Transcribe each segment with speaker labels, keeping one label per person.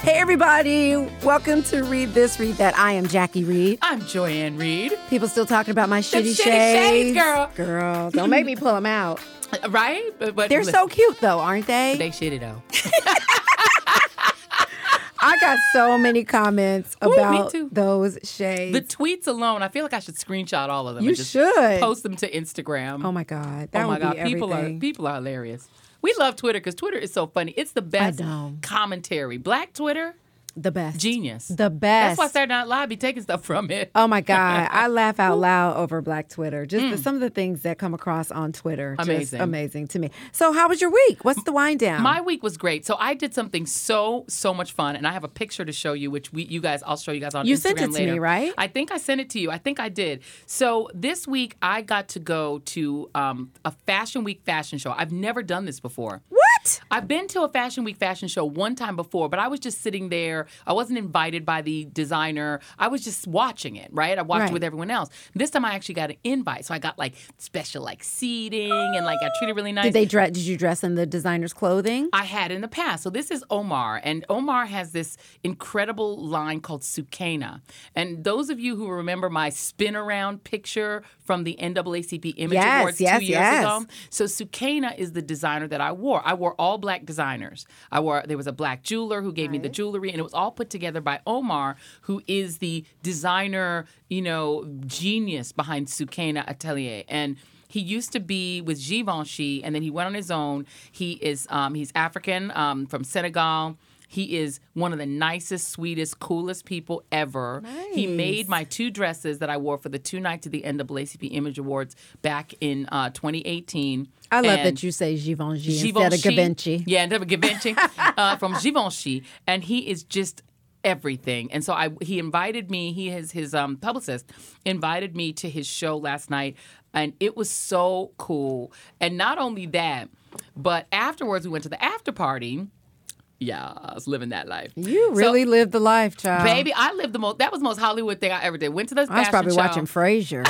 Speaker 1: Hey, everybody. Welcome to Read This, Read That. I am Jackie Reed.
Speaker 2: I'm Joyanne Reed,
Speaker 1: People still talking about my shitty,
Speaker 2: shitty shades, girl.
Speaker 1: Girl, don't make me pull them out.
Speaker 2: right? But, but
Speaker 1: They're so
Speaker 2: listen,
Speaker 1: cute, though, aren't they?
Speaker 2: they shitty though.
Speaker 1: I got so many comments about
Speaker 2: too.
Speaker 1: those shades.
Speaker 2: The tweets alone, I feel like I should screenshot all of them.
Speaker 1: You
Speaker 2: and just
Speaker 1: should.
Speaker 2: post them to Instagram.
Speaker 1: oh, my God.
Speaker 2: Oh
Speaker 1: That
Speaker 2: my
Speaker 1: would
Speaker 2: god,
Speaker 1: be
Speaker 2: people are
Speaker 1: everything.
Speaker 2: people are hilarious. We love Twitter because Twitter is so funny. It's the best
Speaker 1: know.
Speaker 2: commentary. Black Twitter,
Speaker 1: the best.
Speaker 2: genius.
Speaker 1: The best.
Speaker 2: That's why Saturday Night Live be taking stuff from it.
Speaker 1: Oh my God. I laugh out loud over Black Twitter. Just the, some of the things that come across on Twitter.
Speaker 2: Mm. Amazing.
Speaker 1: Just amazing to me. So, how was your week? What's the wind down?
Speaker 2: My week was great. So I did something so so much fun, and I have a picture to show you, which we you guys I'll show you guys on
Speaker 1: You
Speaker 2: Instagram
Speaker 1: sent it to me,
Speaker 2: later.
Speaker 1: right?
Speaker 2: I think I sent it to you. I think I did. So this week I got to go to um, a Fashion Week fashion show. I've never done this before.
Speaker 1: what?
Speaker 2: I've been to a Fashion Week fashion show one time before, but I was just sitting there. I wasn't invited by the designer. I was just watching it, right? I watched
Speaker 1: Right.
Speaker 2: it with everyone else. This time I actually got an invite. So I got like special like seating and like I treated really nice.
Speaker 1: Did they dress? Did you dress in the designer's clothing?
Speaker 2: I had in the past. So this is Omar, and Omar has this incredible line called Sukaina. And those of you who remember my spin around picture from the NAACP Image
Speaker 1: Yes,
Speaker 2: Awards
Speaker 1: yes,
Speaker 2: two years
Speaker 1: yes.
Speaker 2: ago. So Sukaina is the designer that I wore. I wore all black designers. I wore there was a black jeweler who gave me the jewelry, and it was all put together by Omar, who is the designer, you know, genius behind Sukaina Atelier. And he used to be with Givenchy, and then he went on his own. He is um, he's African um, from Senegal. He is one of the nicest, sweetest, coolest people ever. He made my two dresses that I wore for the two nights of the NAACP Image Awards back in uh, 2018.
Speaker 1: I love
Speaker 2: And
Speaker 1: that you say Givenchy, instead
Speaker 2: Givenchy.
Speaker 1: of Givenchy.
Speaker 2: Yeah, instead of Givenchy uh, from Givenchy, and he is just everything. And so I, he invited me. He has his um, publicist invited me to his show last night, and it was so cool. And not only that, but afterwards we went to the after party. Yeah, I was living that life.
Speaker 1: You really lived the life, child.
Speaker 2: Baby, I lived the most. That was the most Hollywood thing I ever did. Went to this.
Speaker 1: Uh-huh. I was probably
Speaker 2: show.
Speaker 1: watching Frasier.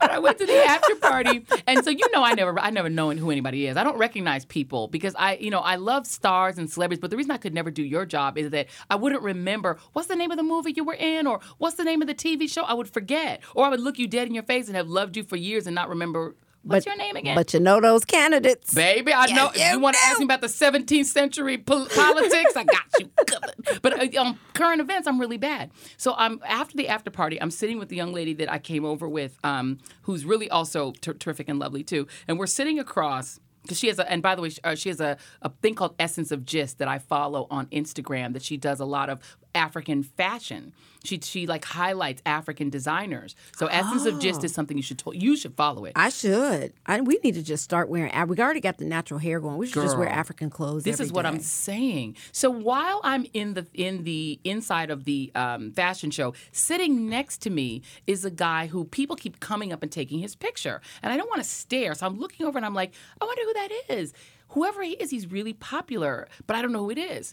Speaker 2: but I went to the after party, and so you know, I never, I never know who anybody is. I don't recognize people because I, you know, I love stars and celebrities. But the reason I could never do your job is that I wouldn't remember what's the name of the movie you were in, or what's the name of the TV show. I would forget, or I would look you dead in your face and have loved you for years and not remember what's your name again.
Speaker 1: But you know those candidates.
Speaker 2: Baby, I know.
Speaker 1: you
Speaker 2: If you want to
Speaker 1: do.
Speaker 2: ask me about the 17th century pol- politics, I got you covered. But uh, on current events, I'm really bad. So I'm after the after party. I'm sitting with the young lady that I came over with, um, who's really also ter- terrific and lovely too. And we're sitting across. Because she has a, and by the way, she, uh, she has a, a thing called Essence of Gist that I follow on Instagram that she does a lot of African fashion. She she like highlights African designers. So Essence of Gist is something you should to- you should follow it.
Speaker 1: I should. I, we need to just start wearing. We already got the natural hair going. We should just wear
Speaker 2: Girl,
Speaker 1: African clothes.
Speaker 2: This is
Speaker 1: every
Speaker 2: what I'm
Speaker 1: day.
Speaker 2: saying. So while I'm in the in the inside of the um, fashion show, sitting next to me is a guy who people keep coming up and taking his picture, and I don't want to stare. So I'm looking over and I'm like, I wonder who that is. Whoever he is, he's really popular, but I don't know who it is.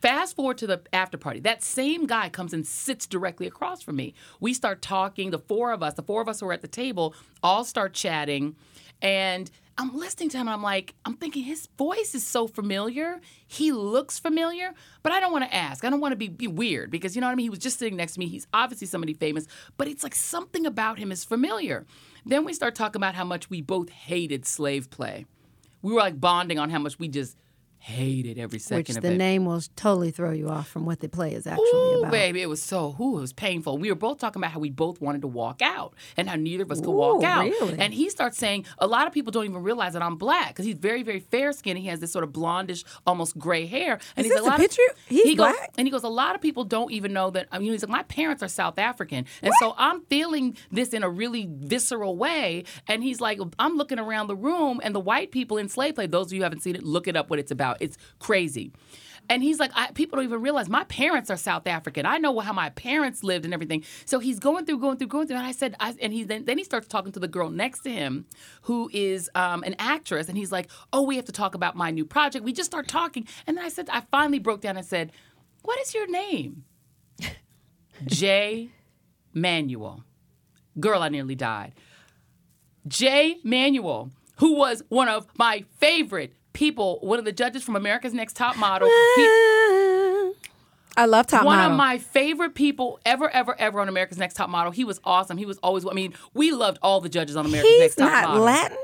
Speaker 2: Fast forward to the after party. That same guy comes and sits directly across from me. We start talking, the four of us, the four of us who are at the table, all start chatting. And I'm listening to him and I'm like, I'm thinking his voice is so familiar. He looks familiar, but I don't want to ask. I don't want to be, be weird because you know what I mean? He was just sitting next to me. He's obviously somebody famous, but it's like something about him is familiar. Then we start talking about how much we both hated slave play. We were like bonding on how much we just hated every second
Speaker 1: Which
Speaker 2: of
Speaker 1: the
Speaker 2: it.
Speaker 1: name will totally throw you off from what the play is actually
Speaker 2: Ooh,
Speaker 1: about.
Speaker 2: baby, it was so who it was painful. We were both talking about how we both wanted to walk out and how neither of us could walk
Speaker 1: Ooh,
Speaker 2: out.
Speaker 1: really?
Speaker 2: And he starts saying a lot of people don't even realize that I'm black because he's very, very fair skinned. He has this sort of blondish, almost gray hair. And
Speaker 1: Is
Speaker 2: he's
Speaker 1: this
Speaker 2: a
Speaker 1: a
Speaker 2: lot
Speaker 1: picture?
Speaker 2: Of,
Speaker 1: He's
Speaker 2: he goes,
Speaker 1: black?
Speaker 2: and he goes, a lot of people don't even know that. I mean, he's like, my parents are South African, and so I'm feeling this in a really visceral way. And he's like, I'm looking around the room, and the white people in slave play. Those of you who haven't seen it, look it up. What it's about? It's crazy. And he's like, I, people don't even realize my parents are South African. I know how my parents lived and everything. So he's going through, going through, going through. And I said, I, and he then, then he starts talking to the girl next to him, who is um, an actress. And he's like, oh, we have to talk about my new project. We just start talking. And then I said, I finally broke down and said, what is your name? Jay Manuel. Girl, I nearly died. Jay Manuel, who was one of my favorite people, one of the judges from America's Next Top Model, he,
Speaker 1: I love top
Speaker 2: one
Speaker 1: model.
Speaker 2: of my favorite people ever, ever, ever on America's Next Top Model. He was awesome. He was always. I mean, we loved all the judges on America's
Speaker 1: He's
Speaker 2: Next Top
Speaker 1: not
Speaker 2: Model.
Speaker 1: Latin.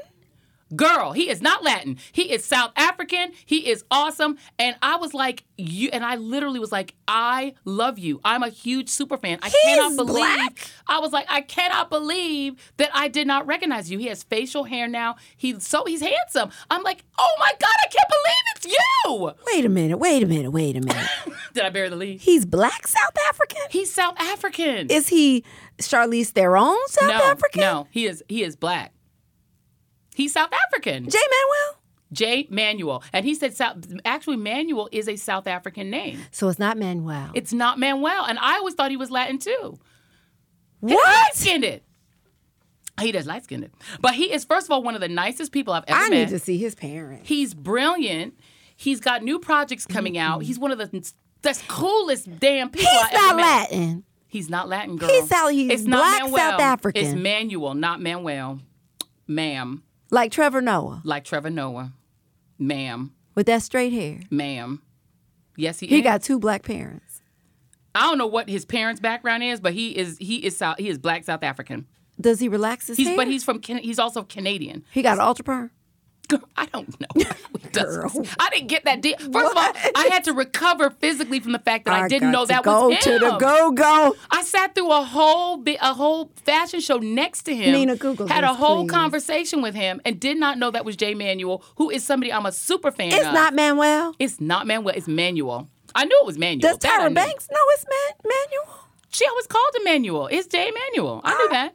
Speaker 2: Girl, he is not Latin. He is South African. He is awesome. And I was like, you. And I literally was like, I love you. I'm a huge super fan. I cannot believe.
Speaker 1: black?
Speaker 2: I was like, I cannot believe that I did not recognize you. He has facial hair now. He's so he's handsome. I'm like, oh my god, I can't believe it's you.
Speaker 1: Wait a minute. Wait a minute. Wait a minute.
Speaker 2: Did I bury the lead?
Speaker 1: He's black South African.
Speaker 2: He's South African.
Speaker 1: Is he Charlize Theron South
Speaker 2: no,
Speaker 1: African?
Speaker 2: No, he is he is black. He's South African.
Speaker 1: J Manuel.
Speaker 2: J. Manuel, and he said South. Actually, Manuel is a South African name.
Speaker 1: So it's not Manuel.
Speaker 2: It's not Manuel, and I always thought he was Latin too. Light
Speaker 1: what?
Speaker 2: skinned. He does light skinned, but he is first of all one of the nicest people I've ever
Speaker 1: I
Speaker 2: met.
Speaker 1: need to see his parents.
Speaker 2: He's brilliant. He's got new projects coming out. He's one of the that's coolest damn people
Speaker 1: He's
Speaker 2: I ever
Speaker 1: not
Speaker 2: met.
Speaker 1: Latin.
Speaker 2: He's not Latin, girl.
Speaker 1: He's South- he's
Speaker 2: it's not
Speaker 1: black
Speaker 2: Manuel.
Speaker 1: South African.
Speaker 2: It's Manuel, not Manuel. Ma'am,
Speaker 1: Like Trevor Noah
Speaker 2: like Trevor Noah. Ma'am,
Speaker 1: with that straight hair.
Speaker 2: ma'am. Yes, he,
Speaker 1: He
Speaker 2: is.
Speaker 1: got two black parents.
Speaker 2: I don't know what his parents' background is, but he is he is South he is black South African.
Speaker 1: Does he relax his
Speaker 2: He's
Speaker 1: hair?
Speaker 2: but he's from Can- he's also Canadian.
Speaker 1: he got ultra perm.
Speaker 2: Girl, I don't know. It doesn't-
Speaker 1: Girl.
Speaker 2: I didn't get that deal. First of all, I had to recover physically from the fact that I,
Speaker 1: got
Speaker 2: didn't know
Speaker 1: to
Speaker 2: that
Speaker 1: go
Speaker 2: was him.
Speaker 1: to the go go.
Speaker 2: I sat through a whole bi- a whole fashion show next to him.
Speaker 1: Nina, Google
Speaker 2: had a
Speaker 1: this,
Speaker 2: whole
Speaker 1: please.
Speaker 2: conversation with him and did not know that was Jay Manuel, who is somebody I'm a super fan
Speaker 1: It's
Speaker 2: of.
Speaker 1: not Manuel.
Speaker 2: It's not Manuel. It's Manuel. I knew it was Manuel.
Speaker 1: Does
Speaker 2: That I
Speaker 1: Tyra
Speaker 2: knew.
Speaker 1: Banks know it's Man Manuel?
Speaker 2: She always called him Manuel. It's Jay Manuel. I knew that.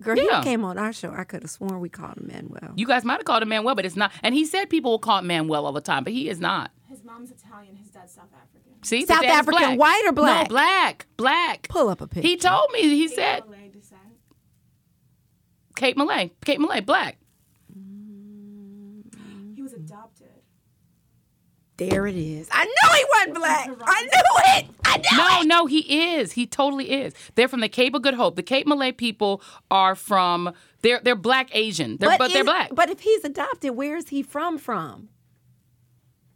Speaker 1: Girl,
Speaker 2: Yeah.
Speaker 1: he came on our show. I could have sworn we called him Manuel.
Speaker 2: You guys might have called him Manuel, but it's not. And he said people will call him Manuel all the time, but he is not.
Speaker 3: His mom's Italian, his dad's South African.
Speaker 2: See,
Speaker 1: South
Speaker 2: the dad's
Speaker 1: African,
Speaker 2: black.
Speaker 1: white or black?
Speaker 2: No, black, black.
Speaker 1: Pull up a picture.
Speaker 2: He told me. He said
Speaker 3: Malay descent.
Speaker 2: Kate Malay, Kate Malay, black.
Speaker 3: He was adopted.
Speaker 1: there it is. I knew he wasn't black. I knew it. I knew
Speaker 2: No, no, he is. He totally is. They're from the Cape of Good Hope. The Cape Malay people are from they're they're black Asian. They're, but, they're
Speaker 1: is-
Speaker 2: black.
Speaker 1: But if he's adopted, where is he from? From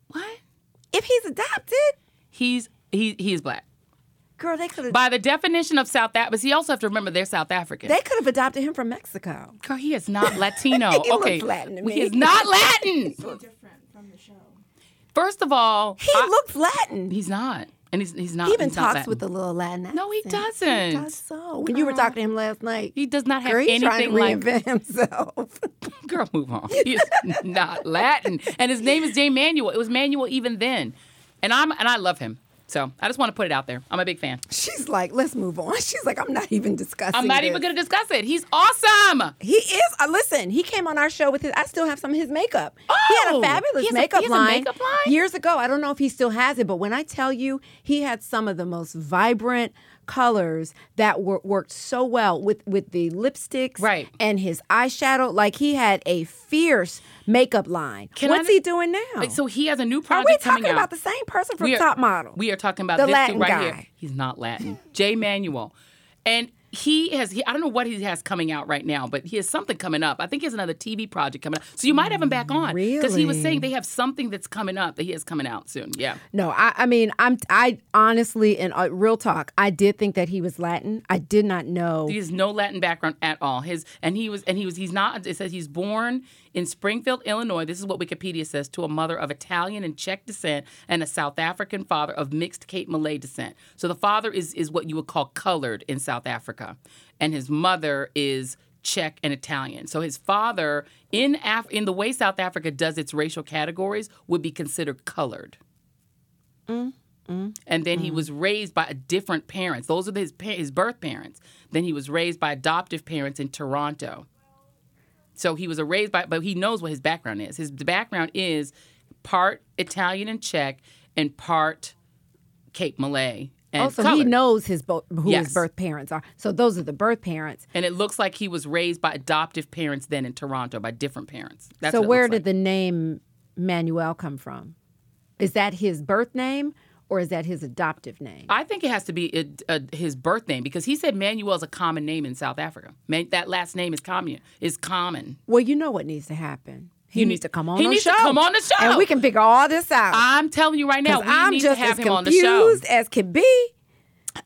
Speaker 2: what?
Speaker 1: if he's adopted,
Speaker 2: He's he he's black.
Speaker 1: girl, they could have
Speaker 2: By the definition of South Africa, but you also have to remember they're South African.
Speaker 1: they could have adopted him from Mexico.
Speaker 2: Girl, he is not Latino.
Speaker 1: He looks
Speaker 2: okay,
Speaker 1: Latin to
Speaker 2: Well,
Speaker 1: me.
Speaker 2: he's not Latin.
Speaker 3: So different from the show.
Speaker 2: First of all,
Speaker 1: He
Speaker 2: I-
Speaker 1: looks Latin. He
Speaker 2: he's not, and he's he's not.
Speaker 1: even
Speaker 2: he's not
Speaker 1: talks
Speaker 2: Latin.
Speaker 1: with a little Latin.
Speaker 2: No, he
Speaker 1: accent.
Speaker 2: doesn't.
Speaker 1: He does so. When you were talking to him last night,
Speaker 2: He does not have
Speaker 1: girl, he's trying
Speaker 2: anything
Speaker 1: to reinvent
Speaker 2: like
Speaker 1: himself.
Speaker 2: girl, move on. He's not Latin, and his name is Jay Manuel. It was Manuel even then, and I'm and I love him. So I just want to put it out there. I'm a big fan.
Speaker 1: She's like, let's move on. She's like, I'm not even discussing.
Speaker 2: I'm not
Speaker 1: this.
Speaker 2: even going to discuss it. He's awesome.
Speaker 1: He is. Uh, listen, he came on our show with his. I still have some of his makeup. he had
Speaker 2: Oh!
Speaker 1: a fabulous
Speaker 2: He has a- he
Speaker 1: makeup,
Speaker 2: has a
Speaker 1: line
Speaker 2: makeup line?
Speaker 1: years ago. I don't know if he still has it, but when I tell you, he had some of the most vibrant colors that were, worked so well with with the lipsticks,
Speaker 2: Right.
Speaker 1: and his eyeshadow. Like he had a fierce makeup line.
Speaker 2: Can I
Speaker 1: What's
Speaker 2: just-
Speaker 1: he doing now?
Speaker 2: So he has a new
Speaker 1: Are
Speaker 2: project
Speaker 1: we
Speaker 2: coming
Speaker 1: talking
Speaker 2: out.
Speaker 1: about the same person from Top Model?
Speaker 2: We are talking about
Speaker 1: The
Speaker 2: this
Speaker 1: Latin
Speaker 2: dude right here.
Speaker 1: guy.
Speaker 2: He's not Latin. Jay Manuel. And he has, he, I don't know what he has coming out right now, but he has something coming up. I think he has another TV project coming up. So you might have him back on. Because he was
Speaker 1: Really?
Speaker 2: saying they have something that's coming up that he has coming out soon. Yeah.
Speaker 1: No, I, I mean, I'm, I honestly, in uh, real talk, I did think that he was Latin. I did not know.
Speaker 2: He has no Latin background at all. His and he was and he was he's not. It says he's born in Springfield, Illinois. This is what Wikipedia says to a mother of Italian and Czech descent and a South African father of mixed Cape Malay descent. So the father is is what you would call colored in South Africa, and his mother is. Czech and Italian. So his father, in Af- in the way South Africa does its racial categories, would be considered colored and then he
Speaker 1: Mm-hmm.
Speaker 2: was raised by a different parents. Those are his pa- his birth parents. Then he was raised by adoptive parents in Toronto. So he was a raised by, but he knows what his background is. His background is part Italian and Czech, and part Cape Malay and
Speaker 1: Also, Oh, he
Speaker 2: colored.
Speaker 1: knows his bo- who
Speaker 2: Yes.
Speaker 1: his birth parents are. So those are the birth parents.
Speaker 2: And it looks like he was raised by adoptive parents then in Toronto by different parents. That's
Speaker 1: so
Speaker 2: what it
Speaker 1: where
Speaker 2: looks
Speaker 1: did
Speaker 2: like.
Speaker 1: the name Manuel come from? Is that his birth name or is that his adoptive name?
Speaker 2: I think it has to be it, uh, his birth name because he said Manuel is a common name in South Africa. Man, that last name is common. Is common.
Speaker 1: well, you know what needs to happen. He needs to come on
Speaker 2: He
Speaker 1: the
Speaker 2: needs
Speaker 1: show.
Speaker 2: to come on the show.
Speaker 1: And we can figure all this out.
Speaker 2: I'm telling you right now,
Speaker 1: 'Cause
Speaker 2: we
Speaker 1: I'm
Speaker 2: need
Speaker 1: just
Speaker 2: to have
Speaker 1: as
Speaker 2: him on the show.
Speaker 1: confused as can be.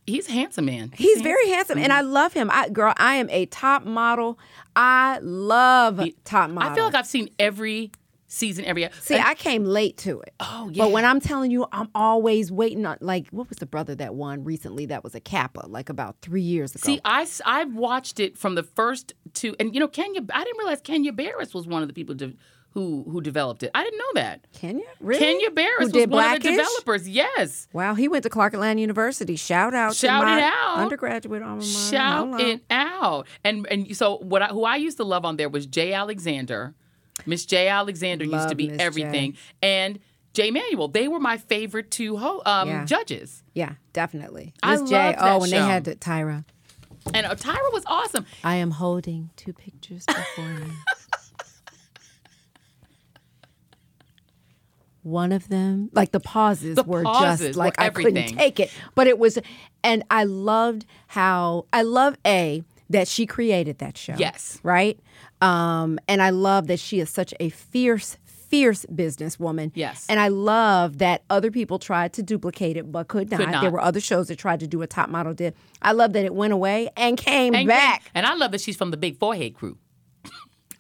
Speaker 2: He's a handsome man.
Speaker 1: He's very handsome, and I love him. I girl, I am a top model. I love top model.
Speaker 2: I feel like I've seen every season, every. e-,
Speaker 1: See, I came late to it.
Speaker 2: Oh,
Speaker 1: But when I'm telling you, I'm always waiting on. Like, what was the brother that won recently? That was a Kappa, like about three years ago.
Speaker 2: See, I, s- I watched it from the first two, and you know, Kenya. I didn't realize Kenya Barris was one of the people de- who who developed it. I didn't know that.
Speaker 1: Kenya, really?
Speaker 2: Kenya
Speaker 1: Who
Speaker 2: Barris was
Speaker 1: did
Speaker 2: one of the
Speaker 1: Blackish?
Speaker 2: developers. Yes,
Speaker 1: Wow, he went to Clark Atlanta University. Shout out
Speaker 2: Shout
Speaker 1: to my
Speaker 2: it out.
Speaker 1: undergraduate alma mater.
Speaker 2: shout
Speaker 1: Hello.
Speaker 2: it out. And and so what? I, who I used to love on there was Jay Alexander. Miss Jay Alexander used to
Speaker 1: Love
Speaker 2: be
Speaker 1: Miss J.
Speaker 2: everything, and Jay Manuel. They were my favorite two ho- um,
Speaker 1: Yeah.
Speaker 2: judges.
Speaker 1: Yeah, definitely.
Speaker 2: I
Speaker 1: Miss J.
Speaker 2: love
Speaker 1: oh,
Speaker 2: that
Speaker 1: when they
Speaker 2: show.
Speaker 1: had to, Tyra.
Speaker 2: And uh, Tyra was awesome.
Speaker 1: I am holding two pictures before me. One of them, like the pauses
Speaker 2: The
Speaker 1: were
Speaker 2: pauses
Speaker 1: just
Speaker 2: were
Speaker 1: like I couldn't
Speaker 2: everything.
Speaker 1: take it. But it was, and I loved how, I love A, that she created that show.
Speaker 2: Yes.
Speaker 1: Right? Um, and I love that she is such a fierce, fierce businesswoman.
Speaker 2: Yes.
Speaker 1: And I love that other people tried to duplicate it but could not. There
Speaker 2: not.
Speaker 1: were other shows that tried to do what Top Model did. I love that it went away and came
Speaker 2: And-
Speaker 1: back.
Speaker 2: and I love that she's from the Big Forehead crew.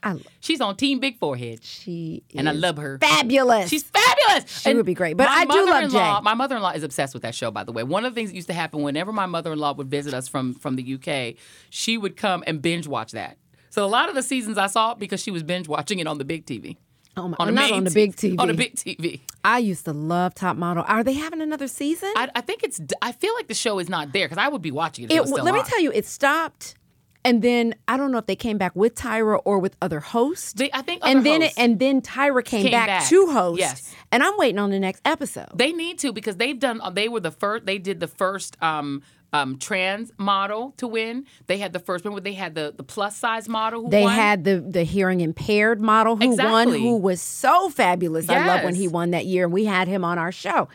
Speaker 1: I love
Speaker 2: She's on Team Big Forehead.
Speaker 1: She is
Speaker 2: and I love her.
Speaker 1: fabulous.
Speaker 2: She's fabulous. She
Speaker 1: would be great. But I do love Jay.
Speaker 2: My mother-in-law is obsessed with that show. By the way, one of the things that used to happen whenever my mother-in-law would visit us from from the UK, she would come and binge watch that. So a lot of the seasons I saw it because she was binge watching it on the big TV.
Speaker 1: oh my,
Speaker 2: the
Speaker 1: not
Speaker 2: main
Speaker 1: on the big
Speaker 2: t-
Speaker 1: TV.
Speaker 2: On the big TV.
Speaker 1: I used to love Top Model. Are they having another season?
Speaker 2: I, I think it's. I feel like the show is not there because I would be watching it. If it,
Speaker 1: it,
Speaker 2: was still
Speaker 1: let me
Speaker 2: on.
Speaker 1: tell you, it stopped, and then I don't know if they came back with Tyra or with other hosts.
Speaker 2: They- I think
Speaker 1: and
Speaker 2: other
Speaker 1: then
Speaker 2: hosts.
Speaker 1: and then Tyra came,
Speaker 2: Came
Speaker 1: back,
Speaker 2: back.
Speaker 1: to host.
Speaker 2: Yes.
Speaker 1: and I'm waiting on the next episode.
Speaker 2: They need to because they've done. uh, They were the first. They did the first um, um, trans model to win. They had the first. Remember, they had the, the plus size model who
Speaker 1: They
Speaker 2: won.
Speaker 1: had the the hearing impaired model who won,
Speaker 2: Exactly.
Speaker 1: who was so fabulous. I love when
Speaker 2: Yes.
Speaker 1: he won that year, and we had him on our show.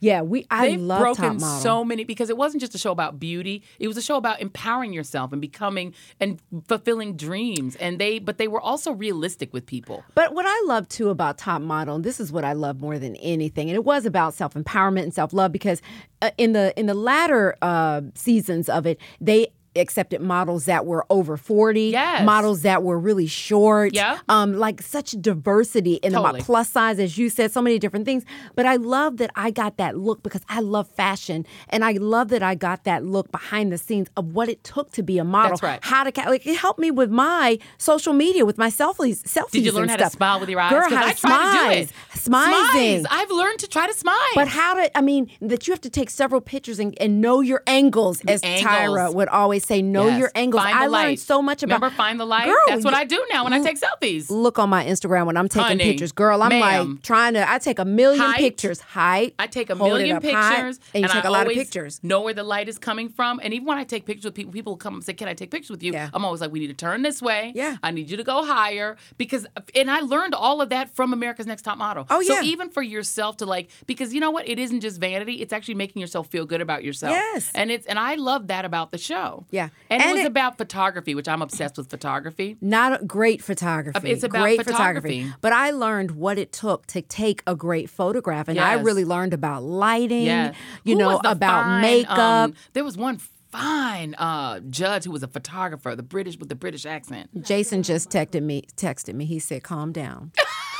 Speaker 1: Yeah, we I
Speaker 2: They've
Speaker 1: love Top
Speaker 2: broken
Speaker 1: Model.
Speaker 2: so many because it wasn't just a show about beauty. It was a show about empowering yourself and becoming and fulfilling dreams. And they, but they were also realistic with people.
Speaker 1: But what I love too about Top Model, and this is what I love more than anything, and it was about self empowerment and self love because uh, in the in the latter uh, seasons of it, they accepted models that were over 40
Speaker 2: Yes.
Speaker 1: models that were really short
Speaker 2: Yeah.
Speaker 1: um like such diversity in the
Speaker 2: Totally.
Speaker 1: mo- plus size as you said so many different things but i love that i got that look because i love fashion and i love that i got that look behind the scenes of what it took to be a model
Speaker 2: That's right.
Speaker 1: how to ca- like it helped me with my social media with my selfies selfies
Speaker 2: Did you
Speaker 1: and
Speaker 2: learn how to
Speaker 1: stuff.
Speaker 2: smile with your eyes?
Speaker 1: Girl,
Speaker 2: 'Cause
Speaker 1: how
Speaker 2: I
Speaker 1: to
Speaker 2: try
Speaker 1: smile.
Speaker 2: to do it.
Speaker 1: Smizing.
Speaker 2: Smize. I've learned to try to smile.
Speaker 1: but how to, I mean, that you have to take several pictures and, and know your angles, as Tyra
Speaker 2: angles.
Speaker 1: would always say, know
Speaker 2: Yes.
Speaker 1: your angles.
Speaker 2: Find the
Speaker 1: I learned
Speaker 2: light.
Speaker 1: so much about.
Speaker 2: Remember, find the light.
Speaker 1: Girl,
Speaker 2: That's what
Speaker 1: you-
Speaker 2: I do now when I take selfies.
Speaker 1: Look on my Instagram when I'm taking
Speaker 2: Honey,
Speaker 1: pictures. Girl, I'm
Speaker 2: ma'am.
Speaker 1: like trying to, I take a million
Speaker 2: Height.
Speaker 1: pictures. Height.
Speaker 2: I take a
Speaker 1: hold it
Speaker 2: million
Speaker 1: up high,
Speaker 2: pictures,
Speaker 1: and you take
Speaker 2: I
Speaker 1: a lot of
Speaker 2: always
Speaker 1: pictures.
Speaker 2: Know where the light is coming from, and even when I take pictures with people, people come and say, "Can I take pictures with you?"
Speaker 1: Yeah.
Speaker 2: I'm always like, "We need to turn this way.
Speaker 1: Yeah.
Speaker 2: I need you to go higher because." And I learned all of that from America's Next Top Model.
Speaker 1: Oh,
Speaker 2: So
Speaker 1: yeah.
Speaker 2: even for yourself to like, because you know what, it isn't just vanity; it's actually making yourself feel good about yourself.
Speaker 1: Yes.
Speaker 2: and it's and I love that about the show.
Speaker 1: Yeah.
Speaker 2: and, it
Speaker 1: And
Speaker 2: was
Speaker 1: it-
Speaker 2: about photography, which I'm obsessed with photography.
Speaker 1: Not a great photography.
Speaker 2: It's about
Speaker 1: great
Speaker 2: photography.
Speaker 1: But I learned what it took to take a great photograph, and I
Speaker 2: Yes.
Speaker 1: really learned about lighting.
Speaker 2: Yeah.
Speaker 1: You
Speaker 2: Who
Speaker 1: know
Speaker 2: was the
Speaker 1: about
Speaker 2: fine,
Speaker 1: makeup.
Speaker 2: um, there was one fine uh, judge who was a photographer, the British with the British accent.
Speaker 1: Jason just texted me. Texted me. He said, "Calm down,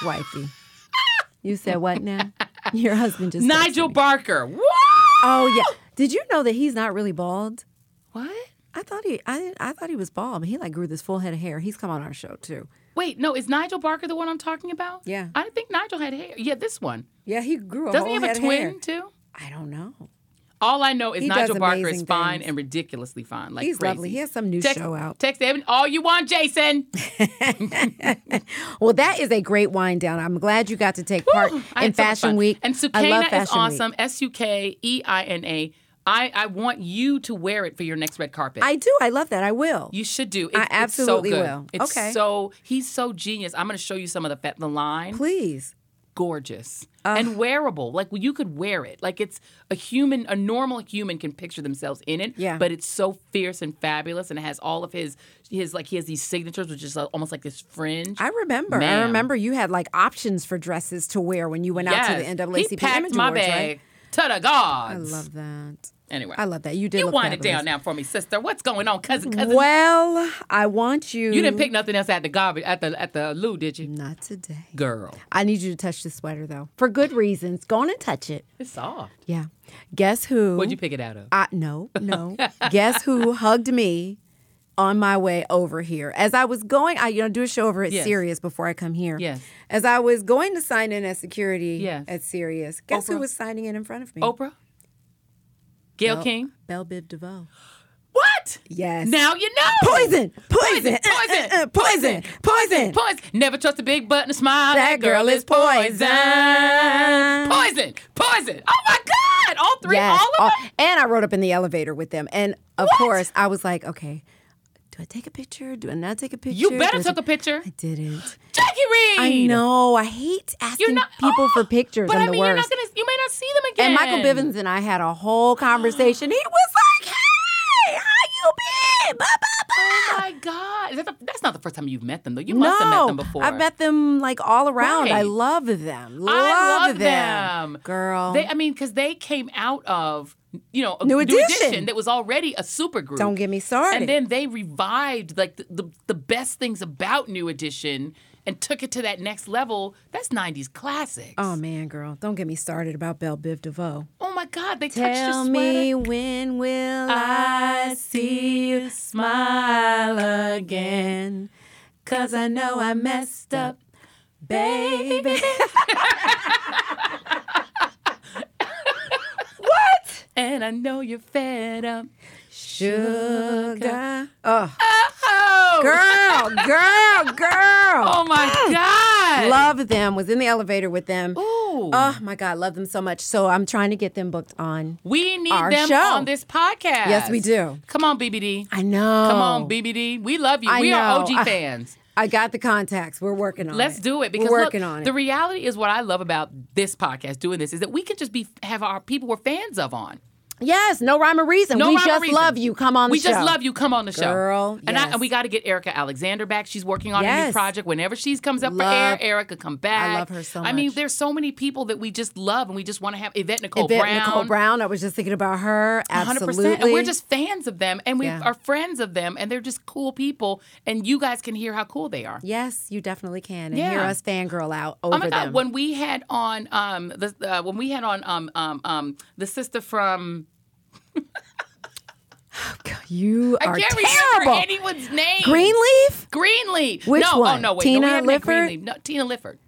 Speaker 1: wifey." You said what now? Your husband just texted
Speaker 2: Nigel
Speaker 1: me.
Speaker 2: Barker. Woo!
Speaker 1: Oh yeah. Did you know that he's not really bald?
Speaker 2: What?
Speaker 1: I thought he. I didn't- I thought he was bald. But he like grew this full head of hair. He's come on our show too.
Speaker 2: Wait, no, is Nigel Barker the one I'm talking about?
Speaker 1: Yeah.
Speaker 2: I didn't think Nigel had hair. Yeah, this one.
Speaker 1: Yeah, he grew. A whole
Speaker 2: Doesn't he have a
Speaker 1: head of
Speaker 2: twin
Speaker 1: hair.
Speaker 2: too?
Speaker 1: I don't know.
Speaker 2: All I know is
Speaker 1: He
Speaker 2: Nigel
Speaker 1: does
Speaker 2: Barker is
Speaker 1: amazing
Speaker 2: fine
Speaker 1: things.
Speaker 2: and ridiculously fine. Like
Speaker 1: He's
Speaker 2: crazy.
Speaker 1: lovely. He has some new
Speaker 2: text,
Speaker 1: show out.
Speaker 2: Text him all you want, Jason.
Speaker 1: Well, that is a great wind down. I'm glad you got to take part
Speaker 2: Woo! I
Speaker 1: in
Speaker 2: had so much
Speaker 1: Fashion
Speaker 2: fun.
Speaker 1: Week.
Speaker 2: And
Speaker 1: I love
Speaker 2: Sukaina is
Speaker 1: Fashion Week.
Speaker 2: awesome. S U K E I N A. I I want you to wear it for your next red carpet.
Speaker 1: I do. I love that. I will.
Speaker 2: You should do. It,
Speaker 1: I absolutely
Speaker 2: it's so good.
Speaker 1: will.
Speaker 2: It's
Speaker 1: Okay.
Speaker 2: so he's so genius. I'm going to show you some of the fa- the line.
Speaker 1: Please. Uh.
Speaker 2: gorgeous and wearable. Like you could wear it. Like it's a human, a normal human can picture themselves in it.
Speaker 1: Yeah.
Speaker 2: But it's so fierce and fabulous, and it has all of his his like he has these signatures, which is uh, almost like this fringe.
Speaker 1: I remember. I
Speaker 2: Ma'am.
Speaker 1: remember you had like options for dresses to wear when you went out to the NAACP
Speaker 2: He packed
Speaker 1: Image
Speaker 2: my
Speaker 1: Awards,
Speaker 2: bag
Speaker 1: right?
Speaker 2: to the
Speaker 1: I
Speaker 2: gods.
Speaker 1: love that.
Speaker 2: anyway,
Speaker 1: I love that. You did
Speaker 2: You
Speaker 1: look
Speaker 2: wind it
Speaker 1: fabulous.
Speaker 2: down now for me, sister. What's going on, cousin? Cousin,
Speaker 1: Well, I want you.
Speaker 2: you didn't pick nothing else at the garbage at the at the loo, did you,
Speaker 1: Not today.
Speaker 2: girl?
Speaker 1: I need you to touch this sweater though, for good reasons. Go on and touch it.
Speaker 2: It's soft.
Speaker 1: Yeah. Guess who?
Speaker 2: What'd you pick it out of?
Speaker 1: I no, no. Guess who hugged me on my way over here? As I was going, I you know do a show over at
Speaker 2: Yes.
Speaker 1: Sirius before I come here.
Speaker 2: Yes.
Speaker 1: As I was going to sign in at security
Speaker 2: Yes.
Speaker 1: at Sirius, guess who
Speaker 2: Oprah.
Speaker 1: was signing in in front of me?
Speaker 2: Oprah, Gail
Speaker 1: Belle-
Speaker 2: King.
Speaker 1: Belle Biv DeVoe.
Speaker 2: What?
Speaker 1: Yes.
Speaker 2: Now you know.
Speaker 1: Poison, poison,
Speaker 2: Poison,
Speaker 1: uh, uh, uh, poison, poison.
Speaker 2: Poison. Never trust a big butt and a smile.
Speaker 1: That girl is poison.
Speaker 2: Poison. Poison. Oh my God! All three.
Speaker 1: Yes.
Speaker 2: All of
Speaker 1: all-
Speaker 2: them.
Speaker 1: And I rode up in the elevator with them. And of
Speaker 2: What?
Speaker 1: course, I was like, okay, do I take a picture? Do I not take a picture?
Speaker 2: You better
Speaker 1: Does-
Speaker 2: took a picture.
Speaker 1: I didn't.
Speaker 2: Jackie Reed.
Speaker 1: I know. I hate asking
Speaker 2: You're not
Speaker 1: people
Speaker 2: oh,
Speaker 1: for pictures.
Speaker 2: But
Speaker 1: I'm
Speaker 2: I mean,
Speaker 1: the
Speaker 2: you're
Speaker 1: worst.
Speaker 2: not gonna. You may not see them again.
Speaker 1: and Michael Bivins and I had a whole conversation. He was like, "Hey, how you been? Blah
Speaker 2: Oh
Speaker 1: blah blah."
Speaker 2: my God! Is that the- that's not the first time you've met them though. You
Speaker 1: no,
Speaker 2: must have met them before.
Speaker 1: I met them like all around. I
Speaker 2: Right.
Speaker 1: love them. Love
Speaker 2: I love
Speaker 1: them.
Speaker 2: them.
Speaker 1: girl.
Speaker 2: They, um, I mean, because they came out of you know a
Speaker 1: New Edition.
Speaker 2: that was already a super group.
Speaker 1: Don't get me started.
Speaker 2: And then they revived like the, the the best things about New Edition and took it to that next level. That's '90s classics.
Speaker 1: oh man, girl, don't get me started about Belle Biv DeVoe.
Speaker 2: oh my God! They touched
Speaker 1: Tell
Speaker 2: your
Speaker 1: me
Speaker 2: sweater.
Speaker 1: when will I
Speaker 2: I
Speaker 1: see
Speaker 2: see
Speaker 1: you
Speaker 2: you
Speaker 1: smile again? Cause I know I messed up, baby.
Speaker 2: And I know you're fed up.
Speaker 1: Sugar. Oh,
Speaker 2: Oh,
Speaker 1: girl, girl, girl.
Speaker 2: Oh my God!
Speaker 1: Mm. Love them. Was in the elevator with them.
Speaker 2: Ooh.
Speaker 1: Oh my God, love them so much. So I'm trying to get them booked on.
Speaker 2: we need
Speaker 1: our
Speaker 2: them
Speaker 1: show.
Speaker 2: on this podcast.
Speaker 1: Yes, we do.
Speaker 2: Come on, BBD.
Speaker 1: I know.
Speaker 2: Come on, BBD. We love you.
Speaker 1: I
Speaker 2: we are
Speaker 1: know.
Speaker 2: OG fans.
Speaker 1: I got the contacts. We're working on it.
Speaker 2: Let's do it because
Speaker 1: we're working
Speaker 2: look,
Speaker 1: on it.
Speaker 2: the reality is what I love about this podcast, doing this, is that we can just be have our people we're fans of on.
Speaker 1: Yes, no rhyme or reason.
Speaker 2: No
Speaker 1: we
Speaker 2: rhyme or
Speaker 1: just
Speaker 2: reason.
Speaker 1: love you. Come on
Speaker 2: we
Speaker 1: the show.
Speaker 2: just love you. Come on the show,
Speaker 1: Girl,
Speaker 2: And, I,
Speaker 1: yes.
Speaker 2: and we got to get Erica Alexander back. She's working on a
Speaker 1: Yes.
Speaker 2: new project. Whenever she comes up
Speaker 1: Love-
Speaker 2: for air, Erica come back.
Speaker 1: love her so
Speaker 2: I mean,
Speaker 1: much.
Speaker 2: there's so many people that we just love, and we just want to have Yvette Nicole
Speaker 1: Yvette
Speaker 2: Brown.
Speaker 1: Nicole Brown. I was just thinking about her.
Speaker 2: 100%.
Speaker 1: Absolutely.
Speaker 2: And we're just fans of them and we
Speaker 1: Yeah.
Speaker 2: are friends of them and they're just cool people and you guys can hear how cool they are.
Speaker 1: Yes, you definitely can. And hear
Speaker 2: Yeah.
Speaker 1: us fangirl out
Speaker 2: Oh
Speaker 1: over them.
Speaker 2: my god! When we had on um the uh, when we had on um um um the sister from
Speaker 1: you are
Speaker 2: I can't
Speaker 1: terrible.
Speaker 2: remember anyone's name.
Speaker 1: Greenleaf?
Speaker 2: Greenleaf.
Speaker 1: Which
Speaker 2: no,
Speaker 1: one?
Speaker 2: Oh no, wait.
Speaker 1: Tina
Speaker 2: no, we haven't met
Speaker 1: Lifford?
Speaker 2: Greenleaf. No, Tina Lifford.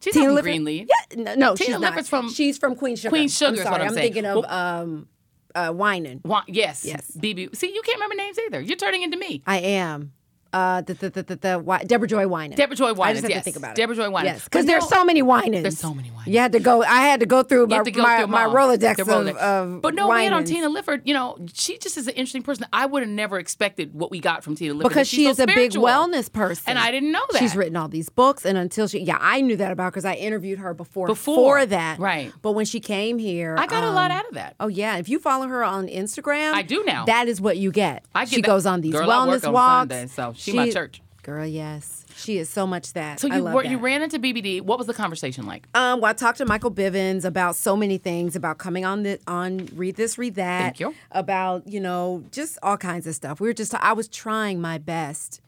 Speaker 2: She's
Speaker 1: Tina
Speaker 2: not from
Speaker 1: Lifford?
Speaker 2: Greenleaf.
Speaker 1: Yeah, no, no
Speaker 2: Tina
Speaker 1: she's not.
Speaker 2: Lifford's from-
Speaker 1: she's from Queen Sugar.
Speaker 2: Queen Sugar
Speaker 1: I'm
Speaker 2: is
Speaker 1: sorry,
Speaker 2: what I'm
Speaker 1: I'm
Speaker 2: saying.
Speaker 1: thinking of um, uh, whining.
Speaker 2: Wa- yes.
Speaker 1: Yes.
Speaker 2: BB. See, you can't remember names either. You're turning into me.
Speaker 1: I am. Uh, the, the, the, the, the, why- Deborah Joy Winan.
Speaker 2: Deborah Joy
Speaker 1: I just
Speaker 2: Winans,
Speaker 1: have to
Speaker 2: yes.
Speaker 1: think about it.
Speaker 2: Deborah Joy Winans.
Speaker 1: Yes,
Speaker 2: But
Speaker 1: because there's
Speaker 2: no-
Speaker 1: so many Winans.
Speaker 2: There's so many Winans.
Speaker 1: You had to go. I had to go through
Speaker 2: You
Speaker 1: my
Speaker 2: have to go
Speaker 1: Uh, my,
Speaker 2: through
Speaker 1: my
Speaker 2: them all.
Speaker 1: Rolodex,
Speaker 2: Their
Speaker 1: of,
Speaker 2: Rolodex.
Speaker 1: of
Speaker 2: But no, we had on
Speaker 1: Winans.
Speaker 2: Tina Lifford. You know, she just is an interesting person. I would have never expected what we got from Tina Lifford.
Speaker 1: because
Speaker 2: that
Speaker 1: she
Speaker 2: she's so
Speaker 1: is a big
Speaker 2: spiritual.
Speaker 1: wellness person.
Speaker 2: And I didn't know that.
Speaker 1: She's written all these books, and until she, yeah, I knew that about because I interviewed her before,
Speaker 2: Before,
Speaker 1: for that.
Speaker 2: right.
Speaker 1: But when she came here,
Speaker 2: I got a lot out of that.
Speaker 1: Oh yeah, if you follow her on Instagram,
Speaker 2: I do now.
Speaker 1: That is what you get.
Speaker 2: I get
Speaker 1: she
Speaker 2: that-
Speaker 1: goes on these
Speaker 2: Girl, I work
Speaker 1: wellness
Speaker 2: on
Speaker 1: walks.
Speaker 2: Sunday, so she my church.
Speaker 1: Girl, yes, she is so much that.
Speaker 2: So
Speaker 1: I
Speaker 2: you
Speaker 1: love
Speaker 2: were,
Speaker 1: that.
Speaker 2: you ran into BBD. What was the conversation like?
Speaker 1: Um, well, I talked to Michael Bivins about so many things about coming on the on read this, read that.
Speaker 2: Thank you.
Speaker 1: About you know just all kinds of stuff. We were just I was trying my best,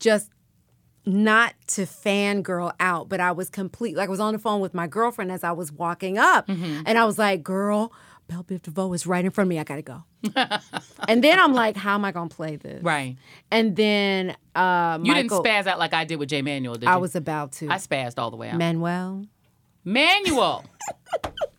Speaker 1: just not to fangirl out, but I was complete. Like I was on the phone with my girlfriend as I was walking up,
Speaker 2: Mm-hmm.
Speaker 1: and I was like, "Girl, Belle Biv DeVoe is right in front of me. I gotta go." and then I'm like, "How am I gonna play this?"
Speaker 2: Right.
Speaker 1: And then uh,
Speaker 2: You
Speaker 1: Michael,
Speaker 2: didn't spaz out like I did with Jay Manuel, did you?
Speaker 1: I was about to
Speaker 2: I spazzed all the way out.
Speaker 1: Manuel.
Speaker 2: Manuel.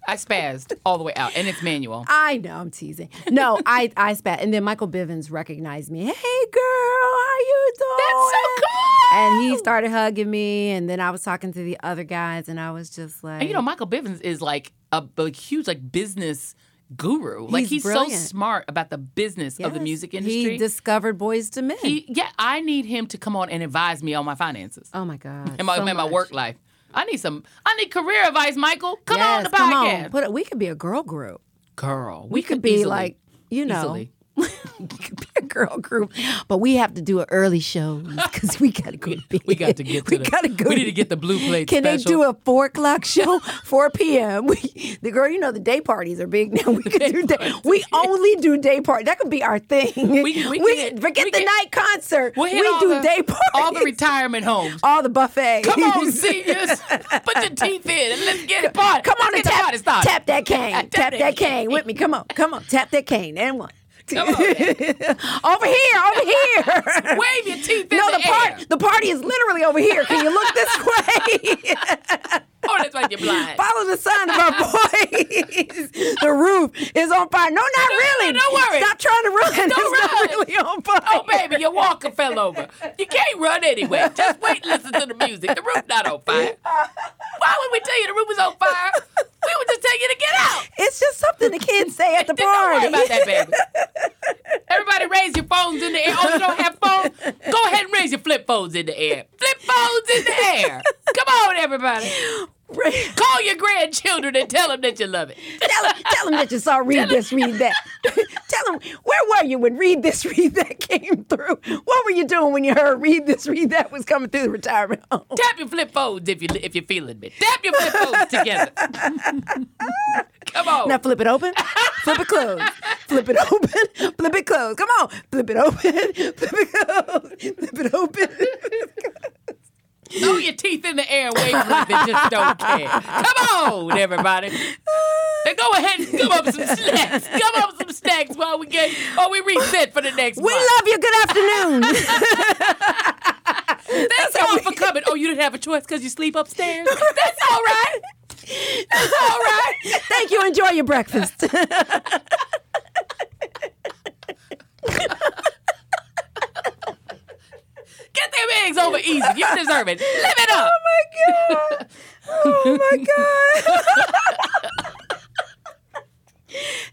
Speaker 2: I spazzed all the way out, and it's Manuel.
Speaker 1: I know I'm teasing. No, I I spat, and then Michael Bivens recognized me. Hey, girl, how you doing?
Speaker 2: That's so cool.
Speaker 1: And he started hugging me, and then I was talking to the other guys, and I was just like,
Speaker 2: And you know, Michael Bivins is like a, a huge like business guru. Like
Speaker 1: He's
Speaker 2: he's
Speaker 1: brilliant.
Speaker 2: so smart about the business of the
Speaker 1: Yes.
Speaker 2: music
Speaker 1: He
Speaker 2: industry.
Speaker 1: discovered Boys to Men.
Speaker 2: He- yeah, I need him to come on and advise me on my finances
Speaker 1: oh my god,
Speaker 2: and my,
Speaker 1: so
Speaker 2: and my
Speaker 1: much.
Speaker 2: work life. I need some. I need career advice, Michael. Come
Speaker 1: yes,
Speaker 2: on, the podcast.
Speaker 1: come on. Put it, we could be a girl group.
Speaker 2: Girl,
Speaker 1: We, could, be
Speaker 2: easily-
Speaker 1: like, you know,
Speaker 2: easily.
Speaker 1: we could be a girl group, but we have to do an early show because we got to go to bed.
Speaker 2: We got to get to
Speaker 1: we
Speaker 2: the-
Speaker 1: gotta go
Speaker 2: we need to get the blue plate
Speaker 1: Can
Speaker 2: special.
Speaker 1: they do a four o'clock show, four p.m.? We, the girl, you know, the day parties are big now. We could do day. We only do day party. That could be our thing. We,
Speaker 2: we can-
Speaker 1: forget
Speaker 2: we
Speaker 1: the
Speaker 2: can-
Speaker 1: night concert.
Speaker 2: We'll hit all
Speaker 1: do
Speaker 2: the-
Speaker 1: day parties.
Speaker 2: All the retirement homes.
Speaker 1: all the buffet.
Speaker 2: Come on, seniors. Put your teeth in and let's get it party.
Speaker 1: Come on and
Speaker 2: let's get the
Speaker 1: tap,
Speaker 2: party started.
Speaker 1: tap that cane.
Speaker 2: Tap
Speaker 1: tap
Speaker 2: that
Speaker 1: that, cane. with me. Come on. Come on. Tap that cane. And one. two.
Speaker 2: Come on,
Speaker 1: over here. Over here.
Speaker 2: Wave your teeth in
Speaker 1: no,
Speaker 2: the,
Speaker 1: the
Speaker 2: air.
Speaker 1: part the party is literally over here. Can you look this way?
Speaker 2: Oh, that's right. You're blind.
Speaker 1: Follow the sign of our voice. the roof is on fire. No, not really.
Speaker 2: no, don't worry.
Speaker 1: Stop trying to run. it's
Speaker 2: run.
Speaker 1: not really on fire.
Speaker 2: Oh, baby, your walker fell over. You can't run anyway. Just wait and listen to the music. The roof not on fire. Why would we tell you the roof was on fire? We would just tell you to get out.
Speaker 1: It's just something the kids say at the
Speaker 2: Don't worry
Speaker 1: party.
Speaker 2: about that, baby. Everybody raise your phones in the air. Oh, you don't have phones? Go ahead and raise your flip phones in the air. Flip phones in the air. Come on, everybody. Call your grandchildren and tell them that you love it.
Speaker 1: tell him, tell him that you saw read this, read that. tell him where were you when read this, read that came through. What were you doing when you heard read this, read that was coming through the retirement home?
Speaker 2: Tap your flip phones if you if you're feeling me. Tap your flip phones together. Come on.
Speaker 1: Now flip it open, flip it closed, flip it open, flip it closed. Come on, flip it open, flip it closed, flip it open.
Speaker 2: Throw your teeth in the air and wave like they just don't care. Come on, everybody. And go ahead and give up some snacks. Give up some snacks while we get while we reset for the next
Speaker 1: We
Speaker 2: month.
Speaker 1: love you. Good afternoon.
Speaker 2: Thanks all for coming. Oh, you didn't have a choice because you sleep upstairs. That's all right.
Speaker 1: All right. Thank you. Enjoy your breakfast.
Speaker 2: Oh, Get them eggs over easy. You deserve it. Live it up.
Speaker 1: Oh my god.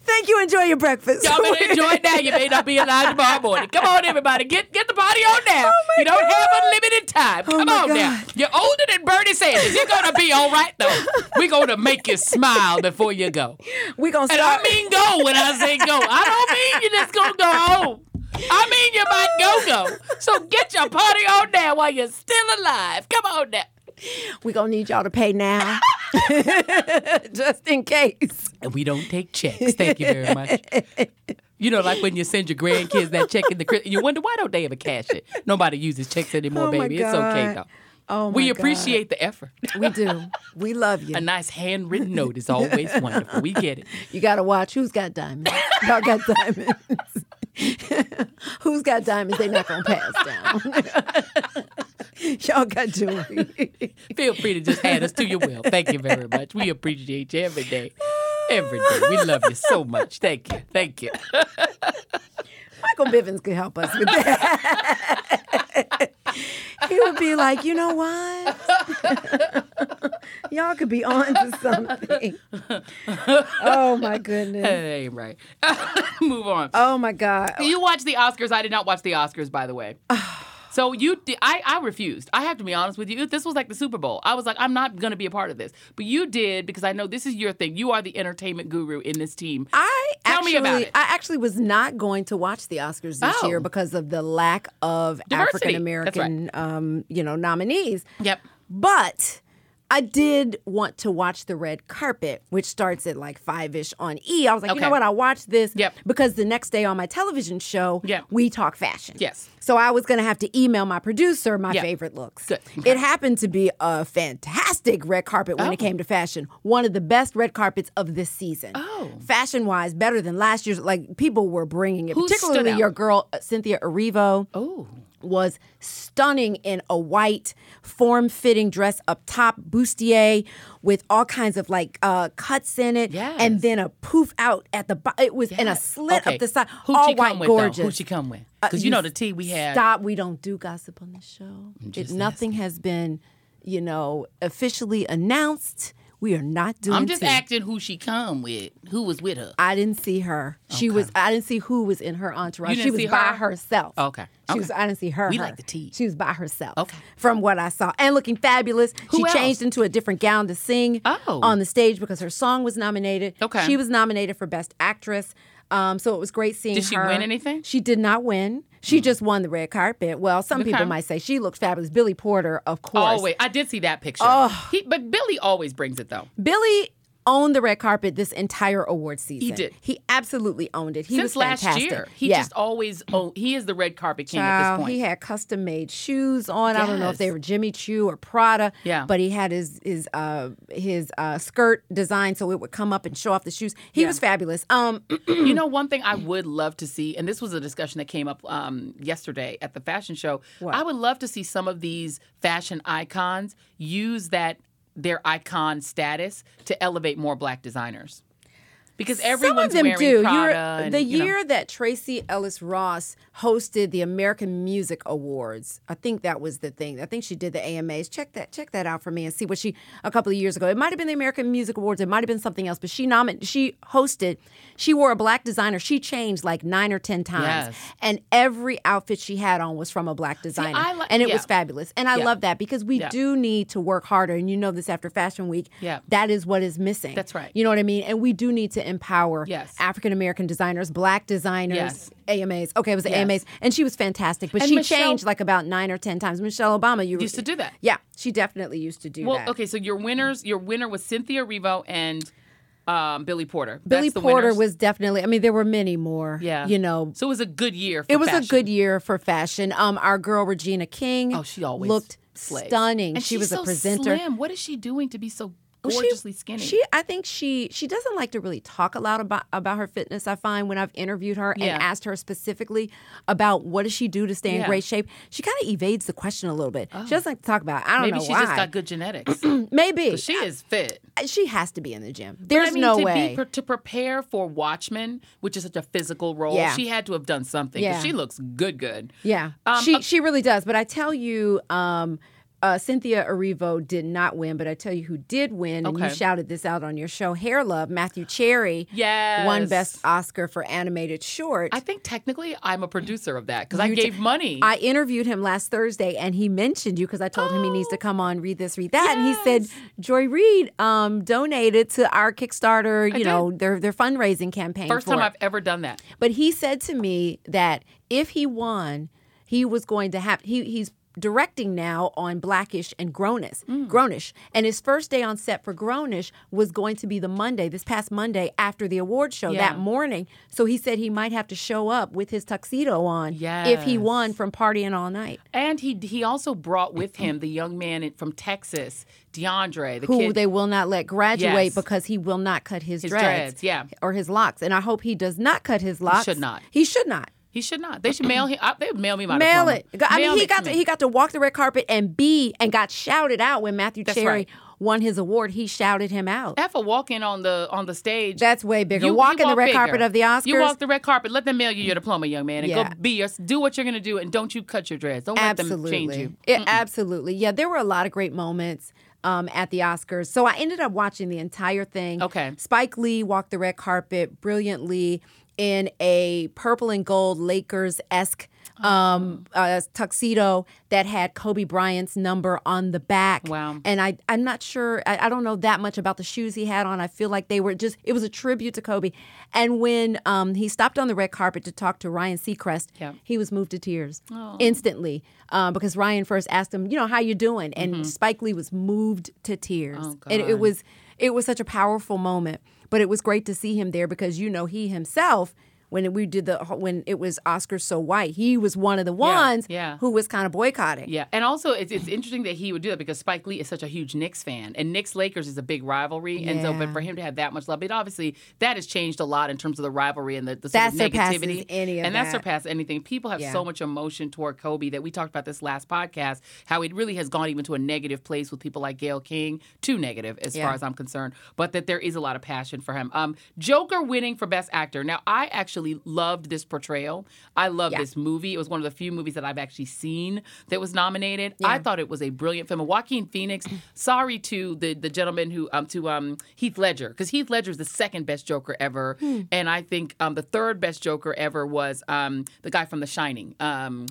Speaker 1: Thank you. Enjoy your breakfast.
Speaker 2: Y'all better enjoy it now. You may not be alive tomorrow morning. Come on, everybody. Get get the party on now.
Speaker 1: Oh,
Speaker 2: you don't have unlimited time. Come
Speaker 1: my
Speaker 2: on now.
Speaker 1: God.
Speaker 2: You're older than Bernie Sanders. You're going to be all right, though. We're going to make you smile before you go.
Speaker 1: We gonna
Speaker 2: And
Speaker 1: start.
Speaker 2: I mean go when I say go. I don't mean you just going to go home. I mean you might go-go. So get your party on now while you're still alive. Come on now.
Speaker 1: we gonna need y'all to pay now, just in case.
Speaker 2: And we don't take checks. Thank you very much. You know, like when you send your grandkids that check in the Christmas, you wonder why don't they ever cash it? Nobody uses checks anymore,
Speaker 1: Oh, my
Speaker 2: baby. It's okay
Speaker 1: God.
Speaker 2: though.
Speaker 1: Oh my
Speaker 2: we
Speaker 1: God.
Speaker 2: appreciate the effort.
Speaker 1: We do. We love you.
Speaker 2: A nice handwritten note is always wonderful. We get it.
Speaker 1: You gotta watch who's got diamonds. Y'all got diamonds. who's got diamonds? They not gonna pass down. Y'all got jewelry.
Speaker 2: Feel free to just add us to your will. Thank you very much. We appreciate you every day. Every day. We love you so much. Thank you. Thank you.
Speaker 1: Michael Bivens could help us with that. he would be like, you know what? Y'all could be on to something. Oh my goodness.
Speaker 2: That ain't right. Move on.
Speaker 1: Oh my God.
Speaker 2: You watched the Oscars. I did not watch the Oscars, by the way. So you, di- I, I refused. I have to be honest with you. This was like the Super Bowl. I was like, I'm not going to be a part of this. But you did because I know this is your thing. You are the entertainment guru in this team.
Speaker 1: I
Speaker 2: Tell
Speaker 1: actually,
Speaker 2: me about it.
Speaker 1: I actually was not going to watch the Oscars this
Speaker 2: Oh.
Speaker 1: year because of the lack of
Speaker 2: Diversity.
Speaker 1: African American, um, you know, nominees.
Speaker 2: Yep.
Speaker 1: But I did want to watch the red carpet, which starts at like five ish on E. I was like, you
Speaker 2: Okay.
Speaker 1: know what? I'll watch this
Speaker 2: Yep.
Speaker 1: because the next day on my television show,
Speaker 2: Yep.
Speaker 1: we talk fashion.
Speaker 2: Yes.
Speaker 1: So I was going to have to email my producer my
Speaker 2: Yep.
Speaker 1: favorite looks.
Speaker 2: Good.
Speaker 1: It happened to be a fantastic red carpet when
Speaker 2: Oh.
Speaker 1: it came to fashion. One of the best red carpets of this season.
Speaker 2: Oh.
Speaker 1: Fashion wise, better than last year's. Like people were bringing it,
Speaker 2: Who stood
Speaker 1: particularly
Speaker 2: out?
Speaker 1: your girl uh, Cynthia Erivo
Speaker 2: Oh.
Speaker 1: was stunning in a white form-fitting dress up top bustier with all kinds of like uh, cuts in it
Speaker 2: Yes.
Speaker 1: and then a poof out at the bottom it was in a
Speaker 2: Yes.
Speaker 1: slit
Speaker 2: Okay.
Speaker 1: up the side
Speaker 2: Who'd
Speaker 1: all
Speaker 2: she
Speaker 1: white
Speaker 2: come with, though?
Speaker 1: gorgeous Uh,
Speaker 2: Who'd she come with? Because you,
Speaker 1: you
Speaker 2: know the tea we had.
Speaker 1: stop we don't do gossip on the show it, nothing has been you know officially announced we We are not doing.
Speaker 2: I'm just
Speaker 1: two.
Speaker 2: acting who she come with, who was with her.
Speaker 1: I didn't see her. She was. I didn't see who was in her entourage.
Speaker 2: You
Speaker 1: She
Speaker 2: didn't
Speaker 1: was
Speaker 2: see
Speaker 1: by
Speaker 2: her?
Speaker 1: herself.
Speaker 2: Okay.
Speaker 1: She
Speaker 2: Okay.
Speaker 1: was. I didn't see her.
Speaker 2: We
Speaker 1: her.
Speaker 2: like to tease.
Speaker 1: She was by herself.
Speaker 2: Okay.
Speaker 1: From what I saw, and looking fabulous.
Speaker 2: Who
Speaker 1: she
Speaker 2: else?
Speaker 1: changed into a different gown to sing
Speaker 2: Oh.
Speaker 1: on the stage because her song was nominated.
Speaker 2: Okay.
Speaker 1: She was nominated for best actress. Um, so it was great seeing
Speaker 2: Did she
Speaker 1: her.
Speaker 2: win anything? Hmm.
Speaker 1: She did not win. She just won the red carpet. Well, some people
Speaker 2: Okay.
Speaker 1: might say she looked fabulous. Billy Porter, of course.
Speaker 2: Oh wait, I did see that picture. He, but Billy always brings it though.
Speaker 1: Billy owned the red carpet this entire award season.
Speaker 2: did.
Speaker 1: He absolutely owned it. He was
Speaker 2: Since last
Speaker 1: fantastic.
Speaker 2: year, he
Speaker 1: yeah.
Speaker 2: just always oh, he is the red carpet king at
Speaker 1: Child,
Speaker 2: this point.
Speaker 1: he had custom made shoes on. I don't know if they
Speaker 2: Yes.
Speaker 1: were Jimmy Choo or Prada.
Speaker 2: Yeah.
Speaker 1: But he had his his uh his uh skirt designed so it would come up and show off the shoes. He was fabulous. Um
Speaker 2: you know, one thing I would love to see, and this was a discussion that came up um, yesterday at the fashion show. I would love to see some of these fashion icons use that their icon status to elevate more black designers. Because everyone's
Speaker 1: Some of them
Speaker 2: wearing
Speaker 1: do. You're-
Speaker 2: Prada. and,
Speaker 1: the
Speaker 2: you know.
Speaker 1: year that Tracy Ellis Ross hosted the American Music Awards, I think that was the thing. I think she did the AMAs. Check that check that out for me and see what she a couple of years ago. It might have been the American Music Awards. It might have been something else. But she nominated. She hosted. She wore a black designer. She changed like nine or ten times,
Speaker 2: Yes.
Speaker 1: and every outfit she had on was from a black designer,
Speaker 2: I li-
Speaker 1: and it
Speaker 2: yeah.
Speaker 1: was fabulous. And I
Speaker 2: Yeah.
Speaker 1: love that because we
Speaker 2: Yeah.
Speaker 1: do need to work harder. And you know this after Fashion Week.
Speaker 2: Yeah.
Speaker 1: that is what is missing.
Speaker 2: That's right.
Speaker 1: You know what I mean? And we do need to empower
Speaker 2: Yes.
Speaker 1: African American designers, black designers,
Speaker 2: Yes.
Speaker 1: AMAs. Okay, it was the
Speaker 2: Yes.
Speaker 1: AMAs, and she was fantastic. But
Speaker 2: And
Speaker 1: she
Speaker 2: Michelle-
Speaker 1: changed like about nine or ten times. Michelle Obama, you
Speaker 2: Used to do that.
Speaker 1: Yeah, she definitely used to do
Speaker 2: Well,
Speaker 1: that.
Speaker 2: okay, so your winners, your winner was Cynthia Revo and um, Billy Porter.
Speaker 1: Billy
Speaker 2: That's the
Speaker 1: Porter
Speaker 2: winners.
Speaker 1: was definitely. I mean, there were many more.
Speaker 2: yeah,
Speaker 1: you know.
Speaker 2: So it was a good year. For
Speaker 1: It was a
Speaker 2: fashion.
Speaker 1: good year for fashion. Um, our girl Regina King.
Speaker 2: Oh, she always
Speaker 1: looked
Speaker 2: slays.
Speaker 1: stunning.
Speaker 2: And
Speaker 1: she
Speaker 2: she's
Speaker 1: was
Speaker 2: so
Speaker 1: a presenter.
Speaker 2: Slim. What is she doing to be so
Speaker 1: Well, she-
Speaker 2: gorgeously skinny?
Speaker 1: She, I think she she doesn't like to really talk a lot about about her fitness. I find when I've interviewed her
Speaker 2: Yeah.
Speaker 1: and asked her specifically about what does she do to stay in
Speaker 2: Yeah. Oh.
Speaker 1: great shape, she kind of evades the question a little bit. She doesn't like to talk about. It. I don't
Speaker 2: Maybe
Speaker 1: know
Speaker 2: she
Speaker 1: why.
Speaker 2: just got good genetics.
Speaker 1: Maybe
Speaker 2: she is fit.
Speaker 1: She has to be in the gym. There's
Speaker 2: I mean,
Speaker 1: no
Speaker 2: to
Speaker 1: way.
Speaker 2: Be, pre- to prepare for Watchmen, which is such a physical role,
Speaker 1: Yeah.
Speaker 2: she had to have done something.
Speaker 1: Yeah.
Speaker 2: 'cause She looks good, good.
Speaker 1: Yeah,
Speaker 2: Um,
Speaker 1: she she really does. But I tell you, um, uh, Cynthia Erivo did not win. But I tell you who did win, and you
Speaker 2: Okay.
Speaker 1: shouted this out on your show, Hair Love. Matthew Cherry, won
Speaker 2: Yes.
Speaker 1: Best Oscar for animated short.
Speaker 2: I think technically I'm a producer of that because I
Speaker 1: You t-
Speaker 2: gave money.
Speaker 1: I interviewed him last Thursday, and he mentioned you because I told him he
Speaker 2: Oh.
Speaker 1: needs to come on, read this, read that, and he said Joy Reid um, donated to our Kickstarter, you know, their their fundraising campaign.
Speaker 2: First
Speaker 1: for
Speaker 2: time
Speaker 1: it.
Speaker 2: I've ever done that.
Speaker 1: But he said to me that if he won, he was going to have he he's directing now on Blackish and Grownish.
Speaker 2: Mm.
Speaker 1: Grownish. And his first day on set for Grownish was going to be the Monday, this past Monday after the award show
Speaker 2: Yeah.
Speaker 1: that morning. So he said he might have to show up with his tuxedo on if he
Speaker 2: Yes.
Speaker 1: won from partying all night.
Speaker 2: And he he also brought with him the young man in- from Texas, DeAndre, the
Speaker 1: Who
Speaker 2: kid.
Speaker 1: they will not let graduate
Speaker 2: Yes.
Speaker 1: because he will not cut his,
Speaker 2: His
Speaker 1: dreads,
Speaker 2: dreads, yeah.
Speaker 1: or his locks. And I hope he does not cut his locks.
Speaker 2: should not.
Speaker 1: He should not.
Speaker 2: he should not. They should mail him. I, they would mail me my
Speaker 1: Mail
Speaker 2: diploma.
Speaker 1: it. I
Speaker 2: Mail
Speaker 1: mean, he
Speaker 2: it to
Speaker 1: got to,
Speaker 2: me.
Speaker 1: he got to walk the red carpet and be and got shouted out when Matthew Cherry
Speaker 2: right.
Speaker 1: won his award. He shouted him out.
Speaker 2: F a walk in on the on the stage.
Speaker 1: That's way bigger. Walk in the
Speaker 2: walk
Speaker 1: red
Speaker 2: bigger.
Speaker 1: carpet of the Oscars.
Speaker 2: You walk the red carpet. Let them mail you your diploma, young man, and
Speaker 1: Yeah.
Speaker 2: go be your do what you're gonna do, and don't you cut your dreads. Don't let them
Speaker 1: absolutely.
Speaker 2: change you.
Speaker 1: Yeah, absolutely. Yeah, there were a lot of great moments. Um, at the Oscars. So I ended up watching the entire thing.
Speaker 2: Okay.
Speaker 1: Spike Lee walked the red carpet brilliantly in a purple and gold Lakers esque um,
Speaker 2: Oh.
Speaker 1: uh, tuxedo that had Kobe Bryant's number on the back.
Speaker 2: Wow.
Speaker 1: And I, I'm not sure, I, I don't know that much about the shoes he had on. I feel like they were just, it was a tribute to Kobe. And when um, he stopped on the red carpet to talk to Ryan Seacrest,
Speaker 2: Yeah. Oh.
Speaker 1: he was moved to tears instantly um, because Ryan first asked him, you know, how you doing? And
Speaker 2: Mm-hmm.
Speaker 1: Spike Lee was moved to tears.
Speaker 2: Oh,
Speaker 1: and it was, it was such a powerful moment, but it was great to see him there because, you know, he himself, when we did the, when it was Oscars So White, he was one of the ones
Speaker 2: yeah.
Speaker 1: who was kind of boycotting.
Speaker 2: Yeah, and also it's, it's interesting that he would do that because Spike Lee is such a huge Knicks fan, and Knicks Lakers is a big rivalry, and so
Speaker 1: Yeah.
Speaker 2: but for him to have that much love, it obviously that has changed a lot in terms of the rivalry and the, the sort
Speaker 1: That
Speaker 2: of
Speaker 1: surpasses
Speaker 2: negativity,
Speaker 1: any of
Speaker 2: and
Speaker 1: that.
Speaker 2: that surpasses anything. People have
Speaker 1: Yeah.
Speaker 2: so much emotion toward Kobe that we talked about this last podcast, how it really has gone even to a negative place with people like Gail King, too negative as
Speaker 1: Yeah.
Speaker 2: far as I'm concerned, but that there is a lot of passion for him. Um, Joker winning for Best Actor. Now I actually loved this portrayal. I love
Speaker 1: Yeah.
Speaker 2: this movie. It was one of the few movies that I've actually seen that was nominated. I thought it was a brilliant film. And Joaquin Phoenix. sorry to the the gentleman who um to um Heath Ledger because Heath Ledger is the second best Joker ever,
Speaker 1: Hmm.
Speaker 2: and I think um the third best Joker ever was um the guy from The Shining. Um,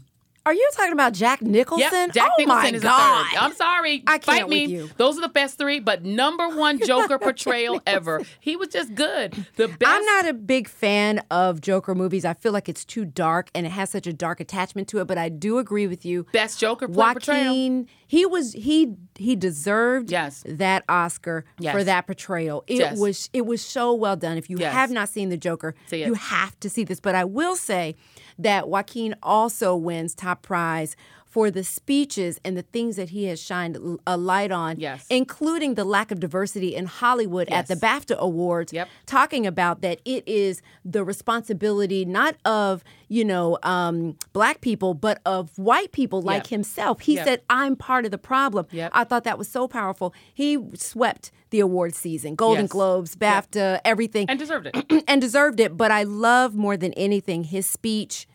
Speaker 1: Are you talking about Jack Nicholson?
Speaker 2: yep, Jack
Speaker 1: oh
Speaker 2: Nicholson
Speaker 1: my
Speaker 2: is Oh,
Speaker 1: God.
Speaker 2: the third. I'm sorry,
Speaker 1: I can't
Speaker 2: fight
Speaker 1: with
Speaker 2: me.
Speaker 1: you.
Speaker 2: Those are the best three, but number one Joker portrayal ever. He was just good. The best.
Speaker 1: I'm not a big fan of Joker movies. I feel like it's too dark and it has such a dark attachment to it, but I do agree with you.
Speaker 2: Best Joker play portrayal.
Speaker 1: Joaquin, he was he he deserved
Speaker 2: Yes.
Speaker 1: that Oscar
Speaker 2: Yes.
Speaker 1: for that portrayal. It
Speaker 2: Yes.
Speaker 1: was it was so well done. If you
Speaker 2: Yes.
Speaker 1: have not seen the Joker,
Speaker 2: See it.
Speaker 1: you have to see this. But I will say that Joaquin also wins top prize for the speeches and the things that he has shined l- a light on,
Speaker 2: Yes.
Speaker 1: including the lack of diversity in Hollywood at the BAFTA Awards,
Speaker 2: Yep.
Speaker 1: talking about that it is the responsibility not of you know um, black people but of white people like
Speaker 2: Yep.
Speaker 1: himself. He
Speaker 2: Yep.
Speaker 1: said, "I'm part of the problem."
Speaker 2: Yep.
Speaker 1: I thought that was so powerful. He swept the award season, Golden
Speaker 2: Yes.
Speaker 1: Globes, BAFTA, everything,
Speaker 2: and deserved it.
Speaker 1: and deserved it. But I love more than anything his speech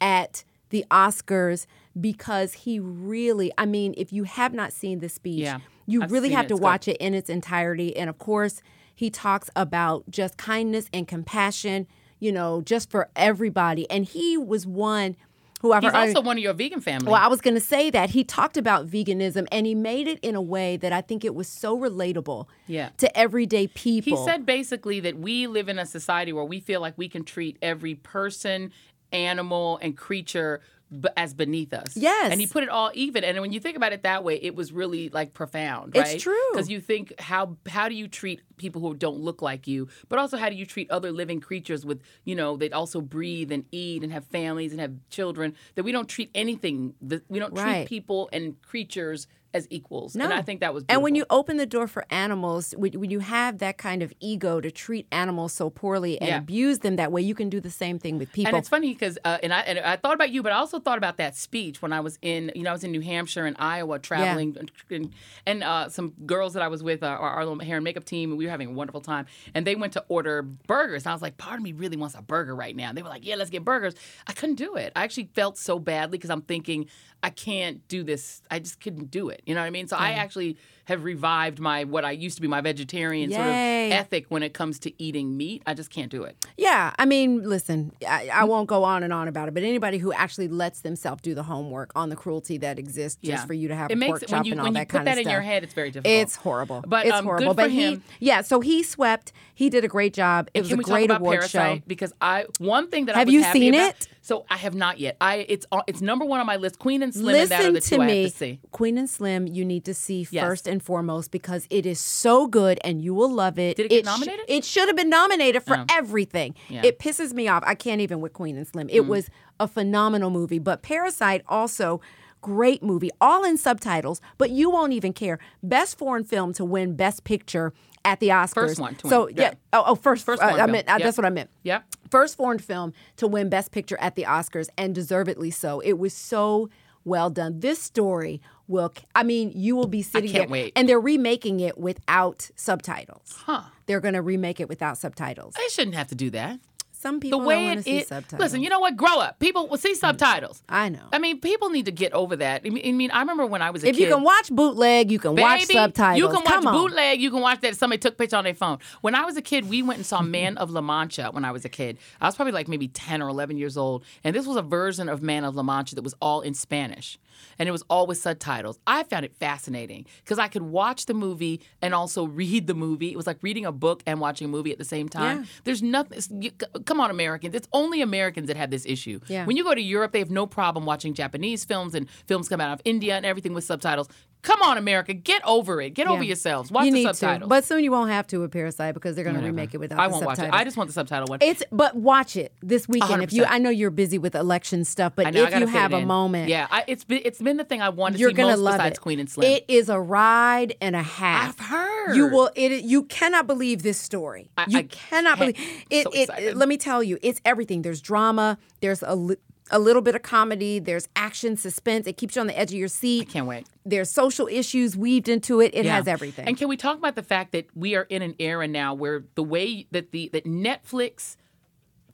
Speaker 1: at the Oscars because he really, I mean, if you have not seen the speech,
Speaker 2: Yeah.
Speaker 1: you
Speaker 2: I've
Speaker 1: really
Speaker 2: seen
Speaker 1: have
Speaker 2: it.
Speaker 1: to
Speaker 2: It's good.
Speaker 1: watch it in its entirety. And of course, he talks about just kindness and compassion, you know, just for everybody. And he was one who I've
Speaker 2: He's
Speaker 1: heard-
Speaker 2: also one of your vegan family.
Speaker 1: well, I was going to say that he talked about veganism and he made it in a way that I think it was so relatable
Speaker 2: Yeah.
Speaker 1: to everyday
Speaker 2: He
Speaker 1: people.
Speaker 2: said basically that we live in a society where we feel like we can treat every person, animal, and creature b- as beneath us.
Speaker 1: Yes.
Speaker 2: And he put it all even. And when you think about it that way, it was really like profound,
Speaker 1: It's
Speaker 2: right?
Speaker 1: true.
Speaker 2: Because you think how how do you treat people who don't look like you, but also how do you treat other living creatures with you know that also breathe and eat and have families and have children that we don't treat anything that we don't
Speaker 1: Right.
Speaker 2: treat people and creatures as equals.
Speaker 1: No.
Speaker 2: And I think that was
Speaker 1: And when
Speaker 2: beautiful.
Speaker 1: you open the door for animals, when, when you have that kind of ego to treat animals so poorly and
Speaker 2: Yeah.
Speaker 1: abuse them that way, you can do the same thing with people.
Speaker 2: And it's funny because, uh, and I and I thought about you, but I also thought about that speech when I was in, you know, I was in New Hampshire and Iowa traveling, and, and uh, some girls that I was with, uh, our, our little hair and makeup team, and we were having a wonderful time. And they went to order burgers, and I was like, part of me really wants a burger right now. And they were like, yeah, let's get burgers. I couldn't do it. I actually felt so badly because I'm thinking I can't do this. I just couldn't do it. You know what I mean? So I actually have revived my what I used to be my vegetarian sort of
Speaker 1: Yay.
Speaker 2: ethic when it comes to eating meat. I just can't do it.
Speaker 1: yeah, I mean, listen, I,
Speaker 2: Mm.
Speaker 1: I won't go on and on about it, but anybody who actually lets themselves do the homework on the cruelty that exists just
Speaker 2: Yeah.
Speaker 1: for you to have
Speaker 2: It
Speaker 1: a
Speaker 2: makes
Speaker 1: pork
Speaker 2: it-
Speaker 1: chop
Speaker 2: when you-
Speaker 1: and all
Speaker 2: when you
Speaker 1: that
Speaker 2: put
Speaker 1: kind
Speaker 2: that
Speaker 1: of
Speaker 2: in
Speaker 1: stuff.
Speaker 2: your head, it's very difficult.
Speaker 1: It's horrible.
Speaker 2: But,
Speaker 1: it's
Speaker 2: um, good
Speaker 1: horrible.
Speaker 2: for
Speaker 1: but
Speaker 2: him.
Speaker 1: he, yeah, so he swept. He did a great job. It was a
Speaker 2: Can we
Speaker 1: great
Speaker 2: talk about
Speaker 1: award
Speaker 2: Parasite?
Speaker 1: show.
Speaker 2: Because I one thing that I
Speaker 1: Have
Speaker 2: was
Speaker 1: you
Speaker 2: happy
Speaker 1: seen
Speaker 2: about-
Speaker 1: it?
Speaker 2: So I have not yet. I it's on- it's number one on my list. Queen and Slim and that are
Speaker 1: Listen
Speaker 2: the
Speaker 1: to
Speaker 2: two
Speaker 1: me,
Speaker 2: I have to see.
Speaker 1: Queen and Slim. You need to see
Speaker 2: Yes.
Speaker 1: first and foremost because it is so good and you will love it.
Speaker 2: Did it get
Speaker 1: sh-
Speaker 2: nominated? Oh.
Speaker 1: it should have been nominated for everything.
Speaker 2: Yeah. Mm.
Speaker 1: It pisses me off. I can't even with Queen and Slim. It was a phenomenal movie, but Parasite also. Great movie, all in subtitles, but you won't even care. Best foreign film to win Best Picture at the Oscars.
Speaker 2: one to win,
Speaker 1: So
Speaker 2: yeah.
Speaker 1: yeah, oh, oh first, first.
Speaker 2: First
Speaker 1: Uh,
Speaker 2: foreign
Speaker 1: I
Speaker 2: film,
Speaker 1: meant uh,
Speaker 2: yeah.
Speaker 1: that's what I meant
Speaker 2: Yep.
Speaker 1: first foreign film to win Best Picture at the Oscars, and deservedly so. It was so well done. This story will, I mean, you will be sitting
Speaker 2: can't
Speaker 1: there,
Speaker 2: wait.
Speaker 1: and they're remaking it without subtitles.
Speaker 2: Huh.
Speaker 1: They're going to remake it without subtitles.
Speaker 2: They shouldn't have to do that.
Speaker 1: Some
Speaker 2: The
Speaker 1: people don't
Speaker 2: way
Speaker 1: want to
Speaker 2: it
Speaker 1: see
Speaker 2: is.
Speaker 1: subtitles. Mm.
Speaker 2: Listen, you know what? Grow up. People will see subtitles.
Speaker 1: I know.
Speaker 2: I mean, people need to get over that. I mean, I, mean, I remember when I was a
Speaker 1: if
Speaker 2: kid.
Speaker 1: you can watch bootleg, you can watch
Speaker 2: Baby,
Speaker 1: subtitles.
Speaker 2: You can watch
Speaker 1: Come on.
Speaker 2: bootleg. You can watch that somebody took picture on their phone. When I was a kid, we went and saw Man of La Mancha. When I was a kid, I was probably like maybe ten or eleven years old, and this was a version of Man of La Mancha that was all in Spanish, and it was all with subtitles. I found it fascinating because I could watch the movie and also read the movie. It was like reading a book and watching a movie at the same time.
Speaker 1: Yeah.
Speaker 2: There's nothing. it's- you- c- Come on, Americans. It's only Americans that have this issue.
Speaker 1: Yeah.
Speaker 2: When you go to Europe, they have no problem watching Japanese films and films come out of India and everything with subtitles. Come on, America, get over it. Get over
Speaker 1: Yeah.
Speaker 2: yourselves. Watch
Speaker 1: you
Speaker 2: the
Speaker 1: need
Speaker 2: subtitles.
Speaker 1: to, but soon you won't have to with Parasite because they're going to remake it without
Speaker 2: I
Speaker 1: the
Speaker 2: won't watch
Speaker 1: subtitles.
Speaker 2: it. I just want the subtitle one.
Speaker 1: It's but watch it this weekend. If you,
Speaker 2: 100%.
Speaker 1: I know you're busy with election stuff, but
Speaker 2: I know, I
Speaker 1: if
Speaker 2: gotta
Speaker 1: you
Speaker 2: fit
Speaker 1: have
Speaker 2: it
Speaker 1: a
Speaker 2: in.
Speaker 1: moment,
Speaker 2: yeah, I, it's been it's been the thing I wanted to
Speaker 1: you're
Speaker 2: see
Speaker 1: gonna
Speaker 2: most
Speaker 1: love
Speaker 2: besides
Speaker 1: it.
Speaker 2: Queen and Slim.
Speaker 1: It is a ride and a half.
Speaker 2: I've heard.
Speaker 1: You will. It. You cannot believe this story.
Speaker 2: I-
Speaker 1: you
Speaker 2: I
Speaker 1: cannot
Speaker 2: can't.
Speaker 1: believe it.
Speaker 2: So
Speaker 1: it,
Speaker 2: excited.
Speaker 1: Let me tell you, it's everything. There's drama. There's a. li- a little bit of comedy, there's action, suspense. It keeps you on the edge of your seat.
Speaker 2: can't wait.
Speaker 1: There's social issues weaved into it. It
Speaker 2: Yeah.
Speaker 1: has everything.
Speaker 2: And can we talk about the fact that we are in an era now where the way that the that Netflix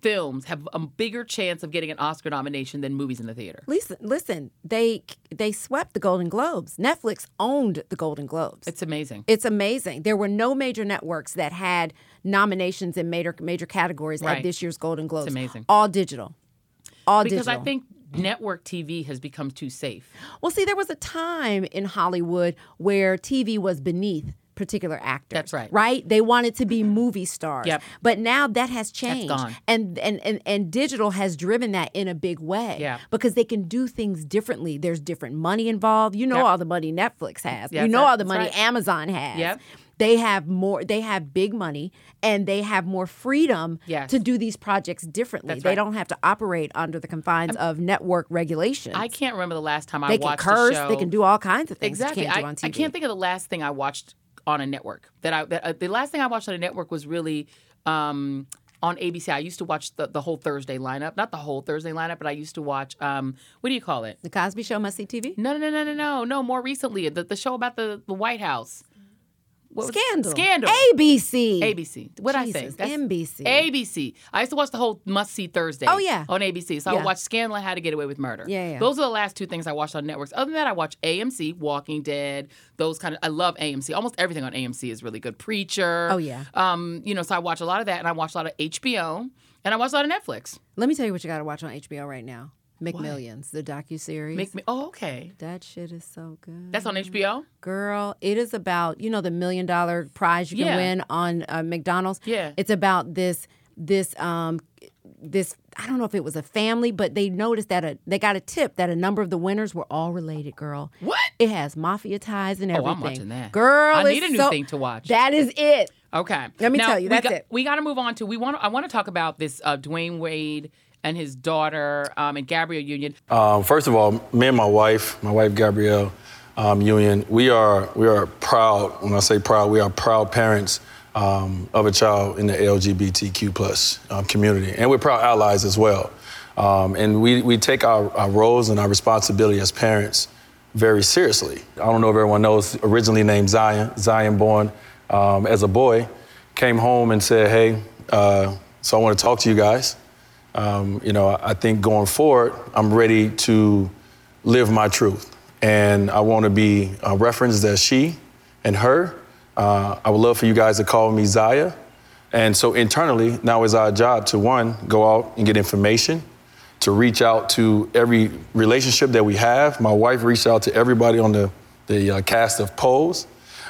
Speaker 2: films have a bigger chance of getting an Oscar nomination than movies in the theater.
Speaker 1: Listen, listen, they they swept the Golden Globes. Netflix owned the Golden Globes.
Speaker 2: It's amazing.
Speaker 1: It's amazing. There were no major networks that had nominations in major major categories at
Speaker 2: Right.
Speaker 1: this year's Golden Globes.
Speaker 2: amazing.
Speaker 1: All digital. All
Speaker 2: because
Speaker 1: digital.
Speaker 2: I think network TV has become too safe.
Speaker 1: well, see, there was a time in Hollywood where TV was beneath particular actors.
Speaker 2: That's right. Mm-hmm.
Speaker 1: Right? They wanted to be movie stars.
Speaker 2: Yep.
Speaker 1: But now that has changed.
Speaker 2: gone.
Speaker 1: And, and and and digital has driven that in a big way.
Speaker 2: Yeah.
Speaker 1: Because they can do things differently. There's different money involved. You know
Speaker 2: Yep.
Speaker 1: all the money Netflix has.
Speaker 2: Yes,
Speaker 1: you know
Speaker 2: that-
Speaker 1: all the
Speaker 2: that's
Speaker 1: money
Speaker 2: right.
Speaker 1: Amazon has.
Speaker 2: Yep.
Speaker 1: They have more. They have big money, and they have more freedom
Speaker 2: Yes.
Speaker 1: to do these projects differently.
Speaker 2: That's
Speaker 1: They
Speaker 2: right.
Speaker 1: don't have to operate under the confines of network regulations.
Speaker 2: I can't remember the last time
Speaker 1: they
Speaker 2: I
Speaker 1: can
Speaker 2: watched
Speaker 1: curse.
Speaker 2: a show.
Speaker 1: They can do all kinds of things. that
Speaker 2: exactly.
Speaker 1: You can't
Speaker 2: I,
Speaker 1: do on TV.
Speaker 2: I can't think of the last thing I watched on a network. That I that, uh, the last thing I watched on a network was really um, on ABC. I used to watch the, the whole Thursday lineup, not the whole Thursday lineup, but I used to watch um, what do you call it?
Speaker 1: the Cosby Show must see TV.
Speaker 2: No, no, no, no, no, no, no. More recently, the, the show about the, the White House. What was-
Speaker 1: Scandal.
Speaker 2: Scandal.
Speaker 1: ABC.
Speaker 2: ABC. What I say?
Speaker 1: Jesus, NBC.
Speaker 2: ABC. I used to watch the whole Must See Thursday.
Speaker 1: Oh, yeah.
Speaker 2: On ABC. So I
Speaker 1: Yeah.
Speaker 2: would watch Scandal and How to Get Away with Murder.
Speaker 1: Yeah, yeah.
Speaker 2: Those are the last two things I watched on networks. Other than that, I watch AMC, Walking Dead. Those kind of. I love AMC. Almost everything on AMC is really good. Preacher.
Speaker 1: Oh, yeah.
Speaker 2: Um. You know. So I watch a lot of that, and I watch a lot of HBO, and I watch a lot of Netflix.
Speaker 1: Let me tell you what you got to watch on HBO right now. McMillions, the docu series.
Speaker 2: Make me. Oh, okay.
Speaker 1: that shit is so good.
Speaker 2: That's on HBO.
Speaker 1: Girl, it is about you know the million dollar prize you can
Speaker 2: Yeah.
Speaker 1: win on uh, McDonald's.
Speaker 2: Yeah.
Speaker 1: it's about this this um this I don't know if it was a family, but they noticed that a, they got a tip that a number of the winners were all related. Girl,
Speaker 2: What? Oh,
Speaker 1: It has mafia ties and
Speaker 2: I'm
Speaker 1: everything.
Speaker 2: watching that.
Speaker 1: Girl,
Speaker 2: I
Speaker 1: it's
Speaker 2: need a new
Speaker 1: so-
Speaker 2: thing to watch.
Speaker 1: That is it.
Speaker 2: Okay.
Speaker 1: Let me
Speaker 2: Now,
Speaker 1: tell you,
Speaker 2: we
Speaker 1: that's
Speaker 2: got-
Speaker 1: it.
Speaker 2: We got to move on to we want. I want to talk about this uh, Dwayne Wade and his daughter um, and Gabrielle Union.
Speaker 4: Um, first of all, me and my wife, my wife Gabrielle um, Union, we are we are proud. When I say proud, we are proud parents um, of a child in the LGBTQ plus um, community, and we're proud allies as well. Um, and we, we take our, our roles and our responsibility as parents very seriously. I don't know if everyone knows. Originally named Zion, Zion born um, as a boy, came home and said, "Hey, uh, so I want to talk to you guys." um, you know, I think going forward, I'm ready to live my truth. And I want to be uh, referenced as she and her. Uh, I would love for you guys to call me Zaya. And so internally, now is our job to one, go out and get information, to reach out to every relationship that we have. My wife reached out to everybody on the, the uh, cast of Pose.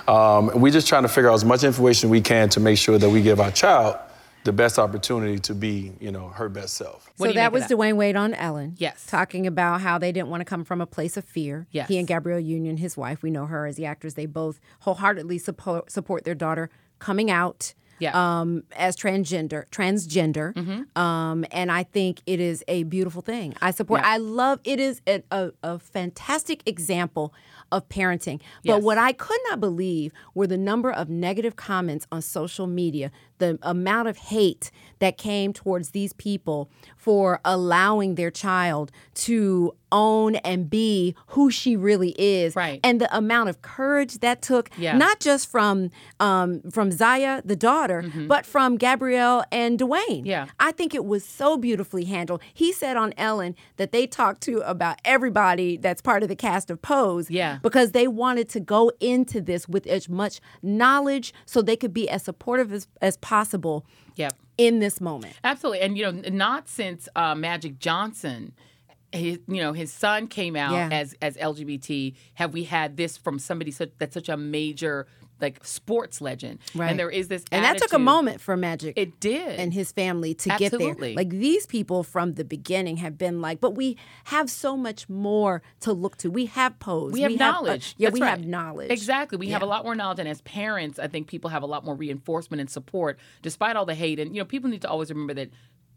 Speaker 4: Um, and we're just trying to figure out as much information we can to make sure that we give our child the best opportunity to be, you know, her best self.
Speaker 1: so
Speaker 2: What do you make
Speaker 1: that
Speaker 2: of
Speaker 1: was
Speaker 2: that?
Speaker 1: Dwayne Wade on Ellen.
Speaker 2: Yes.
Speaker 1: Talking about how they didn't want to come from a place of fear.
Speaker 2: Yes.
Speaker 1: He and Gabrielle Union, his wife, we know her as the actress, they both wholeheartedly support, support their daughter coming out.
Speaker 2: Yeah.
Speaker 1: Um, as transgender, transgender,
Speaker 2: Mm-hmm.
Speaker 1: um, and I think it is a beautiful thing. I support. I love. It is a, a, a fantastic example of parenting. But
Speaker 2: Yes.
Speaker 1: what I could not believe were the number of negative comments on social media, the amount of hate that came towards these people for allowing their child to own and be who she really is,
Speaker 2: Right.
Speaker 1: and the amount of courage that took,
Speaker 2: Yeah.
Speaker 1: not just from um, from Zaya, the daughter, but from Gabrielle and Dwayne.
Speaker 2: Mm-hmm. Yeah.
Speaker 1: I think it was so beautifully handled. He said on Ellen that they talked to about everybody that's part of the cast of Pose
Speaker 2: Yeah.
Speaker 1: because they wanted to go into this with as much knowledge so they could be as supportive as, as possible
Speaker 2: Yep.
Speaker 1: in this moment.
Speaker 2: Absolutely, and you know, n- not since uh, Magic Johnson, his, you know, his son came out
Speaker 1: Yeah.
Speaker 2: as as LGBT. Have we had this from somebody such, that's such a major like sports legend?
Speaker 1: Right.
Speaker 2: And there is this,
Speaker 1: And that took a
Speaker 2: attitude-
Speaker 1: moment for Magic.
Speaker 2: It did.
Speaker 1: and his family to get there.
Speaker 2: Absolutely.
Speaker 1: Like these people from the beginning have been like, but we have so much more to look to. We have pose.
Speaker 2: we have
Speaker 1: uh,
Speaker 2: knowledge.
Speaker 1: yeah,
Speaker 2: That's
Speaker 1: we have
Speaker 2: right.
Speaker 1: knowledge.
Speaker 2: Exactly. We have a
Speaker 1: Yeah.
Speaker 2: lot more knowledge. And as parents, I think people have a lot more reinforcement and support despite all the hate. And, you know, people need to always remember that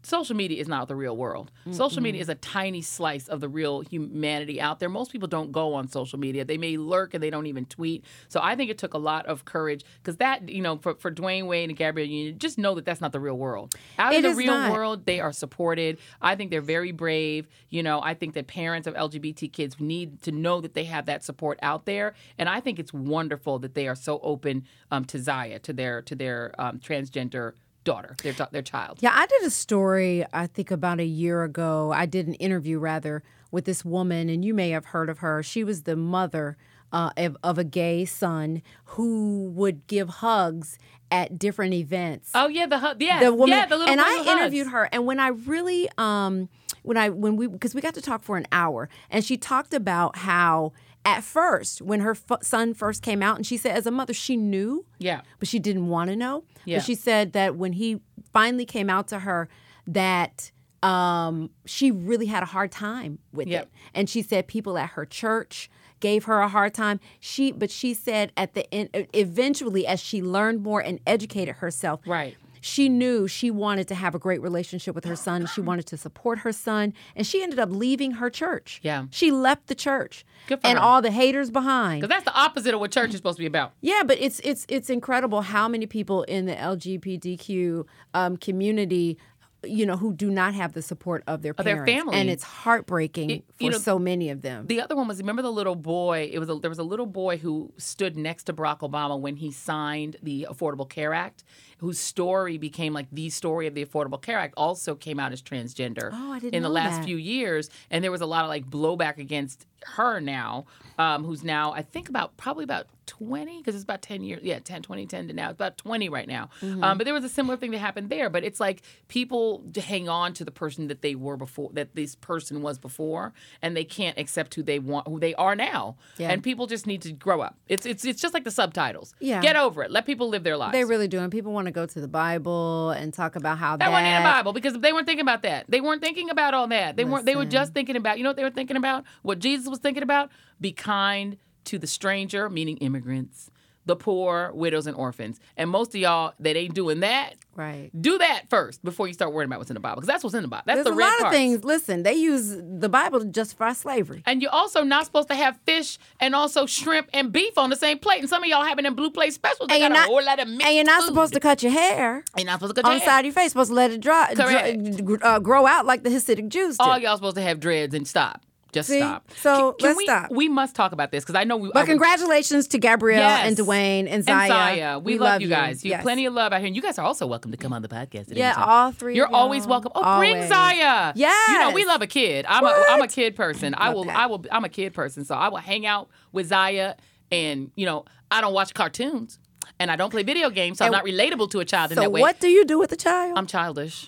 Speaker 2: social media is not the real world. Social media is a tiny slice of the real humanity out there. Most people don't go on social media. They may lurk and they don't even tweet. So I think it took a lot of courage because that, you know, for, for Dwayne Wade and Gabrielle Union, just know that that's not the real world. Out
Speaker 1: It
Speaker 2: in the
Speaker 1: is
Speaker 2: real
Speaker 1: not.
Speaker 2: world, they are supported. I think they're very brave. You know, I think that parents of LGBT kids need to know that they have that support out there, and I think it's wonderful that they are so open um, to Zaya, to their to their um, transgender daughter, their da- their child.
Speaker 1: Yeah, I did a story, I think about a year ago. I did an interview, rather, with this woman, and you may have heard of her. She was the mother uh, of, of a gay son who would give hugs at different events.
Speaker 2: Oh yeah, the hu- yeah,
Speaker 1: the woman
Speaker 2: yeah, the little
Speaker 1: and
Speaker 2: girl
Speaker 1: I
Speaker 2: who
Speaker 1: interviewed
Speaker 2: hugs.
Speaker 1: her and when I really um when I when we because we got to talk for an hour and she talked about how at first when her f- son first came out and she said as a mother she knew
Speaker 2: Yeah.
Speaker 1: but she didn't want to know
Speaker 2: Yeah.
Speaker 1: but she said that when he finally came out to her that um she really had a hard time with
Speaker 2: Yep.
Speaker 1: it and she said people at her church gave her a hard time she but she said at the end e-, eventually as she learned more and educated herself
Speaker 2: Right.
Speaker 1: she knew she wanted to have a great relationship with her son. She wanted to support her son, and she ended up leaving her church.
Speaker 2: Yeah.
Speaker 1: she left the church
Speaker 2: Good for
Speaker 1: and
Speaker 2: her.
Speaker 1: all the haters behind.
Speaker 2: 'Cause that's the opposite of what church is supposed to be about.
Speaker 1: Yeah, but it's it's it's incredible how many people in the LGBTQ um, community, you know, who do not have the support of their
Speaker 2: their
Speaker 1: parents,
Speaker 2: family.
Speaker 1: and it's heartbreaking for
Speaker 2: you know,
Speaker 1: so many of them.
Speaker 2: The other one was remember the little boy. It was a, there was a little boy who stood next to Barack Obama when he signed the Affordable Care Act, whose story became like the story of the Affordable Care Act. Also came out as transgender.
Speaker 1: Oh, I didn't
Speaker 2: in the
Speaker 1: know
Speaker 2: last
Speaker 1: that.
Speaker 2: few years, and there was a lot of like blowback against her now, um, who's now I think about probably about twenty because it's about ten years. Yeah, 10, 20, 10 to now. It's about twenty right now.
Speaker 1: Mm-hmm.
Speaker 2: Um, but there was a similar thing that happened there. But it's like people d- hang on to the person that they were before, that this person was before, and they can't accept who they want, who they are now.
Speaker 1: Yeah.
Speaker 2: And people just need to grow up. It's it's it's just like the subtitles.
Speaker 1: Yeah.
Speaker 2: get over it. Let people live their lives.
Speaker 1: they really do, and people want to go to the Bible and talk about how
Speaker 2: That wasn't in the Bible because they weren't thinking about that. They weren't thinking about all that. They weren't. They were just thinking about. You know what they were thinking about? What Jesus was thinking about? Be kind to the stranger, meaning immigrants, the poor, widows, and orphans. And most of y'all that ain't doing that,
Speaker 1: right.
Speaker 2: do that first before you start worrying about what's in the Bible because that's what's in the Bible. That's
Speaker 1: There's
Speaker 2: the
Speaker 1: a
Speaker 2: red
Speaker 1: lot of
Speaker 2: parts.
Speaker 1: things. Listen, they use the Bible to justify slavery.
Speaker 2: And you're also not supposed to have fish and also shrimp and beef on the same plate. And some of y'all having them blue plate specials. They
Speaker 1: And
Speaker 2: got
Speaker 1: you're,
Speaker 2: a whole lot
Speaker 1: not,
Speaker 2: of
Speaker 1: and
Speaker 2: mixed
Speaker 1: you're not
Speaker 2: food.
Speaker 1: supposed to cut your hair
Speaker 2: You're not supposed to go
Speaker 1: on the side of your face. Supposed to let it dry,
Speaker 2: Correct.
Speaker 1: dr- uh, grow out like the Hasidic Jews do.
Speaker 2: all y'all supposed to have dreads and stop. Just
Speaker 1: See?
Speaker 2: stop.
Speaker 1: So, let's
Speaker 2: we,
Speaker 1: stop.
Speaker 2: We must talk about this because I know we. I
Speaker 1: But
Speaker 2: would-
Speaker 1: congratulations to Gabrielle
Speaker 2: Yes.
Speaker 1: and Dwayne and Zaya.
Speaker 2: We, love, you guys. You have plenty of love out here. And you guys are also welcome to come on the podcast. at any
Speaker 1: Yeah,
Speaker 2: time.
Speaker 1: all three of
Speaker 2: You're always
Speaker 1: y'all.
Speaker 2: welcome. Oh, bring
Speaker 1: Always.
Speaker 2: Zaya. You know, we
Speaker 1: Yes.
Speaker 2: love a kid. I'm a I'm a kid person. I
Speaker 1: Love
Speaker 2: will
Speaker 1: that.
Speaker 2: I will I'm a kid person. So I will hang out with Zaya and you know, I don't watch cartoons and I don't play video games, so I'm not relatable to a child in
Speaker 1: So
Speaker 2: that way.
Speaker 1: what do you do with the child?
Speaker 2: I'm childish.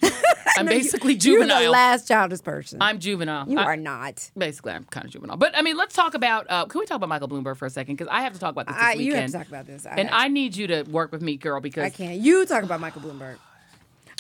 Speaker 2: I'm
Speaker 1: No, you-
Speaker 2: basically
Speaker 1: You're the
Speaker 2: juvenile.
Speaker 1: last childish person.
Speaker 2: I'm juvenile.
Speaker 1: you
Speaker 2: I-
Speaker 1: are not.
Speaker 2: basically I'm kind of juvenile. But I mean, let's talk about. Uh, can we talk about Michael Bloomberg for a second? Because I have to talk about this, this
Speaker 1: I,
Speaker 2: weekend.
Speaker 1: you have to talk about this. I,
Speaker 2: and I need you to work with me, girl, because
Speaker 1: I can't. You talk about Michael Bloomberg.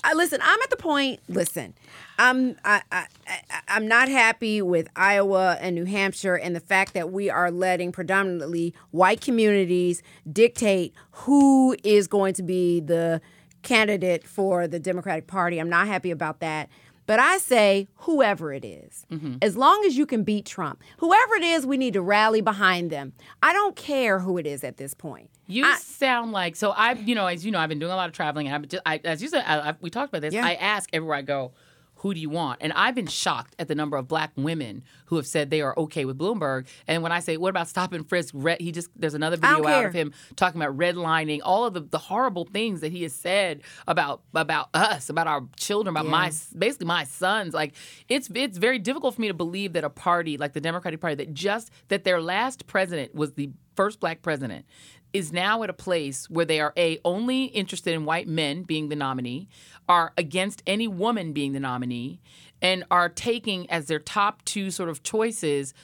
Speaker 1: I, listen, I'm at the point. Listen, I'm I, I, I I'm not happy with Iowa and New Hampshire and the fact that we are letting predominantly white communities dictate who is going to be the candidate for the Democratic Party. I'm not happy about that. But I say, whoever it is, as long as you can beat Trump, whoever it is, we need to rally behind them. I don't care who it is at this point.
Speaker 2: you um,
Speaker 1: I-
Speaker 2: sound like. So I, you know, as you know, I've been doing a lot of traveling, and I've just, I, as you said, I, I, we talked about this.
Speaker 1: Yeah.
Speaker 2: I ask everywhere I go. Who do you want? And I've been shocked at the number of black women who have said they are okay with Bloomberg. And when I say, what about stop and frisk? Red, he just there's another
Speaker 1: don't
Speaker 2: video out of
Speaker 1: care.
Speaker 2: him talking about redlining, all of the, the horrible things that he has said about about us, about our children, about my basically my sons. Like it's it's very difficult for me to believe that a party like the Democratic Party that just that their last president was the first black president is now at a place where they are a only interested in white men being the nominee, are against any woman being the nominee, and are taking as their top two sort of choices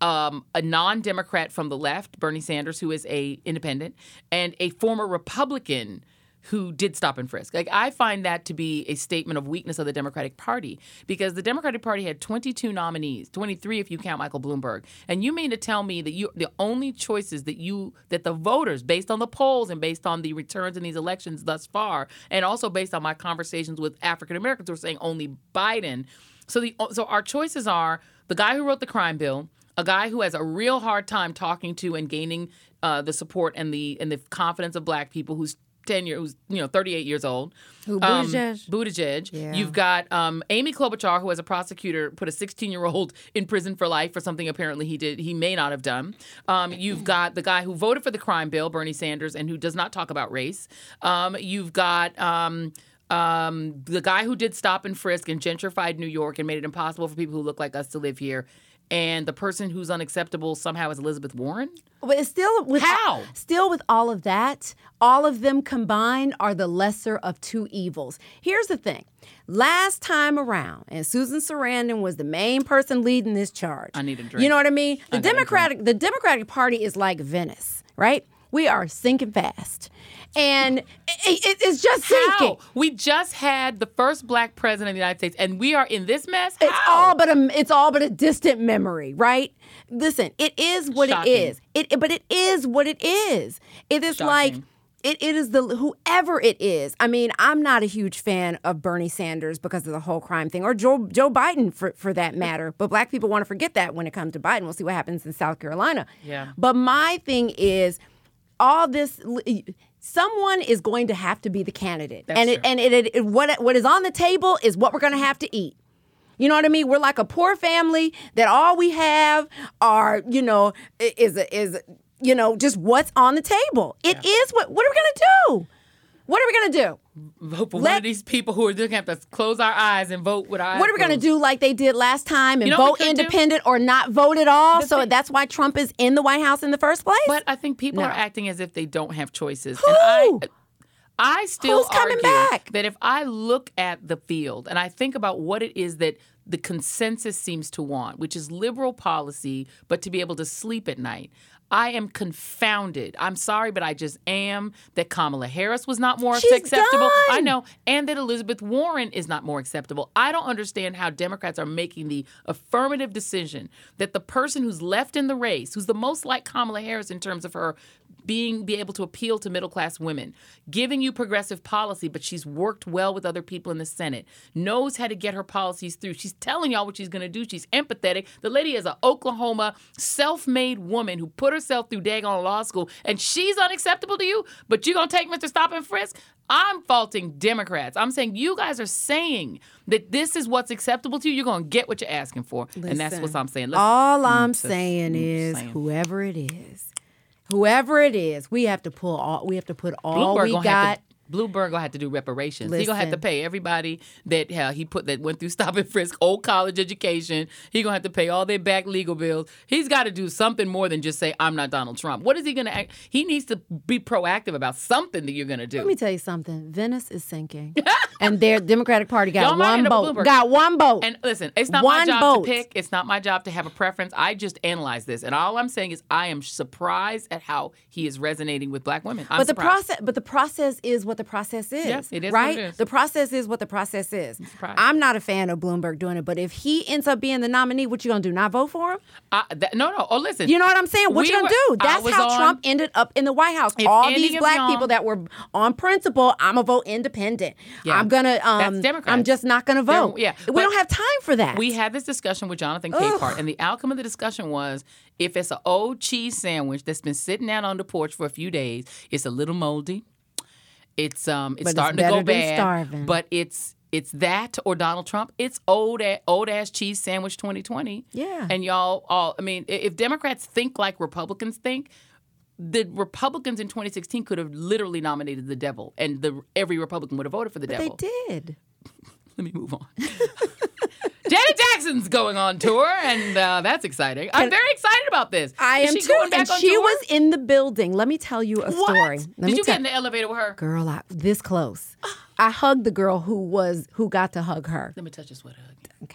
Speaker 2: um, a non-Democrat from the left, Bernie Sanders, who is a independent, and a former Republican who did stop and frisk. Like I find that to be a statement of weakness of the Democratic Party because the Democratic Party had 22 nominees, 23 if you count Michael Bloomberg. And you mean to tell me that you the only choices that you that the voters based on the polls and based on the returns in these elections thus far and also based on my conversations with African Americans who are saying only Biden. So the so our choices are the guy who wrote the crime bill, a guy who has a real hard time talking to and gaining uh, the support and the and the confidence of black people who's ten year who's you know thirty eight years old. Who
Speaker 1: Buttigieg.
Speaker 2: Buttigieg.
Speaker 1: Yeah.
Speaker 2: Mm, You've got um, Amy Klobuchar, who as a prosecutor put a 16 year old in prison for life for something apparently he did he may not have done. Um, you've got the guy who voted for the crime bill, Bernie Sanders, and who does not talk about race. Um, you've got um, uh, Um, the guy who did stop and frisk and gentrified New York and made it impossible for people who look like us to live here. And the person who's unacceptable somehow is Elizabeth Warren.
Speaker 1: But it's still with
Speaker 2: How?
Speaker 1: still with all of that, all of them combined are the lesser of two evils. Here's the thing. Last time around, and Susan Sarandon was the main person leading this charge. I
Speaker 2: need a drink.
Speaker 1: You know what I mean? The Democratic the Democratic Party is like Venice, right? We are sinking fast. And it, it- it's just sinking.
Speaker 2: How? We just had the first black president of the United States, and we are in this mess.
Speaker 1: It's
Speaker 2: How?
Speaker 1: all but a it's all but a distant memory, right? Listen, it is what
Speaker 2: Shocking.
Speaker 1: it is. It it- but it is what it is. It is like
Speaker 2: Shocking.
Speaker 1: it, it is the whoever it is. I mean, I'm not a huge fan of Bernie Sanders because of the whole crime thing, or Joe Joe Biden for for that matter. But black people want to forget that when it comes to Biden. We'll see what happens in South Carolina.
Speaker 2: Yeah.
Speaker 1: But my thing is, all this. Someone is going to have to be the candidate, and it,
Speaker 2: true.
Speaker 1: and it, it, it what what is on the table is what we're going to have to eat. You know what I mean? We're like a poor family that all we have are, you know, i- is is you know just what's on the table. It is what what are we gonna do? What are we gonna do?
Speaker 2: Vote for one
Speaker 1: Let-
Speaker 2: of these people who are just gonna have to close our eyes and vote with our.
Speaker 1: What are we gonna do like they did last time and
Speaker 2: You know
Speaker 1: vote
Speaker 2: what we could do?
Speaker 1: independent or not vote at all?
Speaker 2: The
Speaker 1: so
Speaker 2: thing-
Speaker 1: that's why Trump is in the White House in the first place.
Speaker 2: But I think people
Speaker 1: No.
Speaker 2: are acting as if they don't have choices.
Speaker 1: Who?
Speaker 2: And I, I still
Speaker 1: Who's coming
Speaker 2: argue
Speaker 1: back?
Speaker 2: that if I look at the field and I think about what it is that the consensus seems to want, which is liberal policy, but to be able to sleep at night. I am confounded. I'm sorry, but I just am that Kamala Harris was not more
Speaker 1: She's
Speaker 2: acceptable. I
Speaker 1: done.
Speaker 2: know, and that Elizabeth Warren is not more acceptable. I don't understand how Democrats are making the affirmative decision that the person who's left in the race, who's the most like Kamala Harris in terms of her being be able to appeal to middle class women, giving you progressive policy, but she's worked well with other people in the Senate, knows how to get her policies through. She's telling y'all what she's going to do. She's empathetic. The lady is an Oklahoma self-made woman who put herself through daggone law school, and she's unacceptable to you. But you gonna take Mr. Stop and Frisk? I'm faulting Democrats. I'm saying you guys are saying that this is what's acceptable to you. You're gonna get what you're asking for, and that's what
Speaker 1: Listen,
Speaker 2: I'm saying. Let's- mm,
Speaker 1: All I'm
Speaker 2: just-
Speaker 1: saying
Speaker 2: I'm just
Speaker 1: is,
Speaker 2: saying.
Speaker 1: whoever it is, whoever it is, we have to pull all. We have to put all
Speaker 2: Bloomberg
Speaker 1: we
Speaker 2: gonna
Speaker 1: got.
Speaker 2: have to, Bloomberg gonna have to do reparations. He gonna have to
Speaker 1: Listen.
Speaker 2: pay everybody that uh, he put that went through stop and frisk, old college education. He gonna have to pay all their back legal bills. He's got to do something more than just say I'm not Donald Trump. What is he gonna? Act? He needs to be proactive about something that you're gonna do.
Speaker 1: Let me tell you something. Venice is sinking, and their Democratic Party
Speaker 2: Y'all
Speaker 1: got
Speaker 2: might
Speaker 1: one
Speaker 2: end up
Speaker 1: boat.
Speaker 2: Bloomberg.
Speaker 1: Got one boat.
Speaker 2: And listen, it's not my
Speaker 1: One
Speaker 2: job
Speaker 1: vote.
Speaker 2: to pick. It's not my job to have a preference. I just analyze this, and all I'm saying is I am surprised at how he is resonating with black women. I'm
Speaker 1: but the
Speaker 2: surprised.
Speaker 1: process, but the process is what the process is.
Speaker 2: Yes, it is what
Speaker 1: right.
Speaker 2: it is.
Speaker 1: The process is what the process is.
Speaker 2: surprised.
Speaker 1: I'm not a fan of Bloomberg doing it, but if he ends up being the nominee, what you gonna do? Not vote for him?
Speaker 2: I, that, no, no. Oh, listen.
Speaker 1: You know what I'm saying? What
Speaker 2: We
Speaker 1: you gonna do?
Speaker 2: were- I
Speaker 1: That's
Speaker 2: was
Speaker 1: how
Speaker 2: on-
Speaker 1: Trump ended up in the White House. All
Speaker 2: any
Speaker 1: these
Speaker 2: of
Speaker 1: black
Speaker 2: y'all-
Speaker 1: people that were on principle, I'm gonna vote independent.
Speaker 2: Yeah.
Speaker 1: I'm gonna. Um,
Speaker 2: Democrats.
Speaker 1: I'm just not gonna
Speaker 2: They're-
Speaker 1: vote.
Speaker 2: yeah.
Speaker 1: we
Speaker 2: But
Speaker 1: don't have time for that.
Speaker 2: We had this discussion with Jonathan Capehart, and the outcome of the discussion was if it's an old cheese sandwich that's been sitting out on the porch for a few days, it's a little moldy. It's um, it's
Speaker 1: But it's
Speaker 2: starting to
Speaker 1: better
Speaker 2: go
Speaker 1: than
Speaker 2: bad.
Speaker 1: starving.
Speaker 2: But it's it's that or Donald Trump. It's old ass, old ass cheese sandwich 2020.
Speaker 1: Yeah.
Speaker 2: And y'all all I mean, i- if Democrats think like Republicans think, the Republicans in 2016 could have literally nominated the devil, and the every Republican would have voted for the
Speaker 1: they
Speaker 2: devil
Speaker 1: did.
Speaker 2: let me move on. Janet Jackson's going on tour, and uh, that's exciting. I'm very excited about this.
Speaker 1: I
Speaker 2: Is
Speaker 1: am
Speaker 2: she
Speaker 1: too.
Speaker 2: Going back
Speaker 1: and
Speaker 2: on
Speaker 1: she
Speaker 2: tour?
Speaker 1: was in the building. Let me tell you a
Speaker 2: What?
Speaker 1: story. Let me
Speaker 2: Did you
Speaker 1: tell-
Speaker 2: get in the elevator with her?
Speaker 1: girl I, this close? I hugged the girl who was who got to hug her.
Speaker 2: Let me touch your sweater. hug.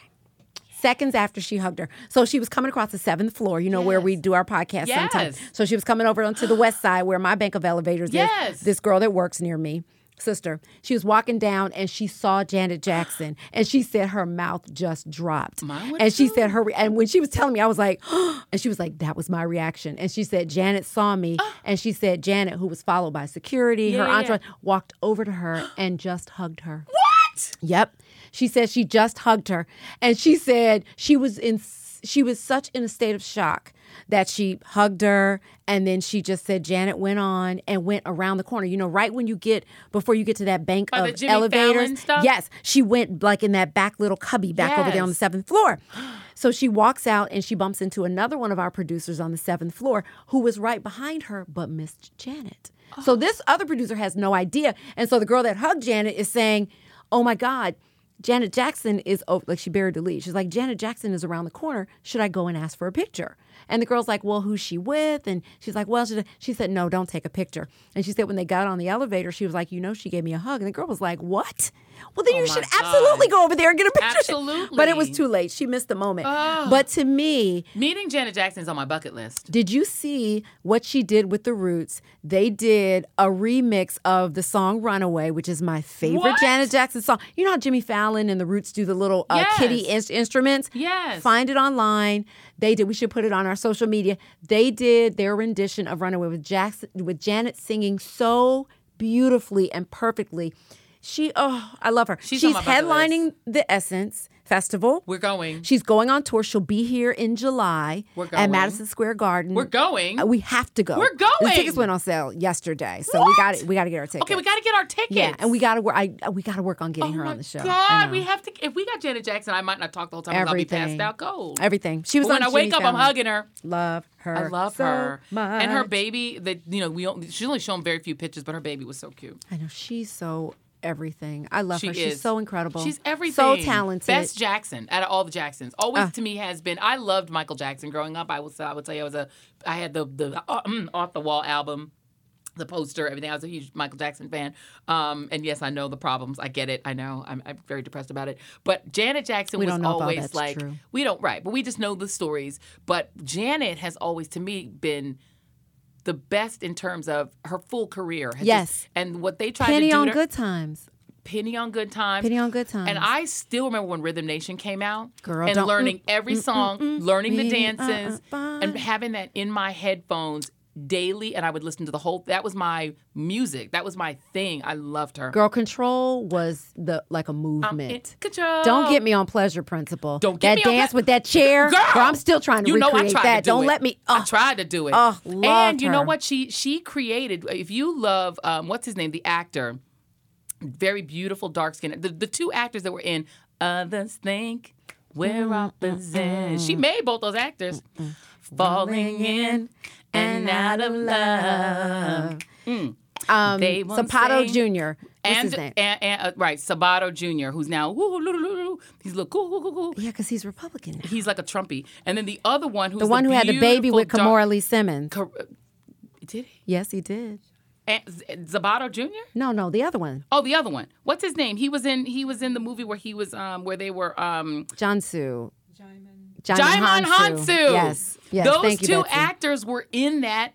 Speaker 1: seconds after she hugged her. So she was coming across the seventh floor, you know, where we do our podcast
Speaker 2: Yes.
Speaker 1: sometimes. So she was coming over onto the west side where my bank of elevators
Speaker 2: Yes.
Speaker 1: is. This girl that works near me, sister, she was walking down and she saw Janet Jackson and she said her mouth just dropped.
Speaker 2: Mine would
Speaker 1: and she
Speaker 2: too.
Speaker 1: said her, re- and when she was telling me, I was like, and she was like, that was my reaction. And she said, Janet saw me and she said, Janet, who was followed by security, her
Speaker 2: yeah, yeah.
Speaker 1: entourage, walked over to her and just hugged her.
Speaker 2: What?
Speaker 1: Yep. She said she just hugged her and she said she was in she was such in a state of shock that she hugged her and then she just said Janet went on and went around the corner. You know, right when you get before you get to that bank
Speaker 2: By the
Speaker 1: of
Speaker 2: Jimmy
Speaker 1: elevators.
Speaker 2: Fallon stuff?
Speaker 1: Yes. She went like in that back little cubby back over there on the
Speaker 2: Yes.
Speaker 1: seventh floor. So she walks out and she bumps into another one of our producers on the seventh floor who was right behind her but missed Janet. So this other producer has no idea. And so the girl that hugged Janet is saying, oh my God, Janet Jackson is over, like she buried the lead. She's like, Janet Jackson is around the corner. Should I go and ask for a picture? And the girl's like, well, who's she with? And she's like, well, she, she said, no, don't take a picture. And she said, when they got on the elevator, she was like, you know, she gave me a hug. And the girl was like, what? Well, then
Speaker 2: Oh
Speaker 1: you
Speaker 2: my
Speaker 1: should
Speaker 2: God.
Speaker 1: absolutely go over there and get a picture.
Speaker 2: Absolutely.
Speaker 1: But it was too late. She missed the moment. But to me,
Speaker 2: Meeting Janet Jackson is on my bucket list.
Speaker 1: did you see what she did with the Roots? They did a remix of the song Runaway, which is my favorite
Speaker 2: What?
Speaker 1: Janet Jackson song. You know how Jimmy Fallon and the Roots do the little uh,
Speaker 2: Yes.
Speaker 1: kitty in- instruments?
Speaker 2: Yes.
Speaker 1: Find it online. They did. We should put it on our social media. They did their rendition of Runaway with Jackson with Janet singing so beautifully and perfectly. She oh, I love her.
Speaker 2: She's on
Speaker 1: She's
Speaker 2: my bucket list.
Speaker 1: headlining the Essence Festival.
Speaker 2: We're going.
Speaker 1: She's going on tour. She'll be here in July
Speaker 2: We're
Speaker 1: at
Speaker 2: going.
Speaker 1: Madison Square Garden.
Speaker 2: We're going.
Speaker 1: Uh, We have to go.
Speaker 2: We're
Speaker 1: The
Speaker 2: going.
Speaker 1: tickets went on sale yesterday, so we got it. We got to get our tickets.
Speaker 2: Okay, we got to get our tickets. Oh
Speaker 1: Yeah, and we got to work. I uh, we got to work on getting her
Speaker 2: my
Speaker 1: on the show. I
Speaker 2: God,
Speaker 1: know.
Speaker 2: we have to. If we got Janet Jackson, I might not talk the whole time. 'cause I'll be
Speaker 1: everything.
Speaker 2: passed out cold.
Speaker 1: Everything. She was
Speaker 2: But when
Speaker 1: on
Speaker 2: I wake
Speaker 1: Jimmy
Speaker 2: up, I'm
Speaker 1: Fallon.
Speaker 2: hugging her.
Speaker 1: Love her.
Speaker 2: I love
Speaker 1: so
Speaker 2: her
Speaker 1: much.
Speaker 2: and her baby. That you know, we only, she's only shown very few pictures, but her baby was so cute.
Speaker 1: I know she's so everything. I love
Speaker 2: She
Speaker 1: her.
Speaker 2: is
Speaker 1: She's so incredible.
Speaker 2: She's everything.
Speaker 1: So talented. Ah.
Speaker 2: Best Jackson out of all the Jacksons. Always to me has been. I loved Michael Jackson growing up. I would say I would tell you I was a. I had the the uh, mm, off the wall album. The poster, everything. I was a huge Michael Jackson fan, um, and yes, I know the problems. I get it. I know. I'm, I'm very depressed about it. But Janet Jackson
Speaker 1: We
Speaker 2: was
Speaker 1: don't know if all
Speaker 2: always
Speaker 1: that's
Speaker 2: like
Speaker 1: true.
Speaker 2: we don't right, but we just know the stories. But Janet has always, to me, been the best in terms of her full career. has just-
Speaker 1: Yes.
Speaker 2: and what they tried
Speaker 1: Penny
Speaker 2: to do
Speaker 1: on
Speaker 2: to-
Speaker 1: good times.
Speaker 2: Penny on Good Times.
Speaker 1: Penny on Good Times.
Speaker 2: And I still remember when Rhythm Nation came out
Speaker 1: Girl,
Speaker 2: and
Speaker 1: don't- mm,
Speaker 2: learning every song, learning the
Speaker 1: Baby, uh,
Speaker 2: dances,
Speaker 1: uh, bye.
Speaker 2: and having that in my headphones daily. And I would listen to the whole. That was my music. That was my thing. I loved her.
Speaker 1: Girl Control was the like a movement.
Speaker 2: It- control.
Speaker 1: Don't get me on pleasure principle.
Speaker 2: Oh. Don't
Speaker 1: that
Speaker 2: get me on
Speaker 1: dance
Speaker 2: that-
Speaker 1: with that chair.
Speaker 2: Girl,
Speaker 1: I'm still trying to
Speaker 2: you know
Speaker 1: recreate
Speaker 2: I tried
Speaker 1: that.
Speaker 2: To do
Speaker 1: Don't
Speaker 2: it.
Speaker 1: let me.
Speaker 2: I
Speaker 1: Oh,
Speaker 2: tried to do it.
Speaker 1: Oh, loved
Speaker 2: and you know
Speaker 1: her.
Speaker 2: what? She she created. If you love, um, what's his name? The actor, very beautiful, dark skin. The, the two actors that were in Others Think We're
Speaker 1: Mm,
Speaker 2: Opposite. She made both those actors. Falling in and out of love.
Speaker 1: um,
Speaker 2: They won't
Speaker 1: Zapato
Speaker 2: say-
Speaker 1: Jr. What's
Speaker 2: And,
Speaker 1: his name?
Speaker 2: and, and uh, right, Sabato Jr., who's now woo, loo, loo, loo, loo. he's look cool, cool, cool, cool.
Speaker 1: yeah, because he's Republican. Now.
Speaker 2: he's like a trumpy. And then the other one, who's
Speaker 1: The one who had the baby with
Speaker 2: beautiful
Speaker 1: Kamora
Speaker 2: dark-
Speaker 1: Lee Simmons.
Speaker 2: Cor- Did he?
Speaker 1: yes, he did.
Speaker 2: And Z- Zabato Jr.
Speaker 1: No, no, the other one,
Speaker 2: Oh, the other one. What's his name? He was in. He was in the movie where he was. Um, where they were. Um,
Speaker 1: Jansu.
Speaker 3: Jaimin.
Speaker 1: Jaimon
Speaker 2: Jaimon Hansu.
Speaker 1: Yes, yes.
Speaker 2: Those
Speaker 1: thank you,
Speaker 2: two
Speaker 1: Betsy.
Speaker 2: actors were in that.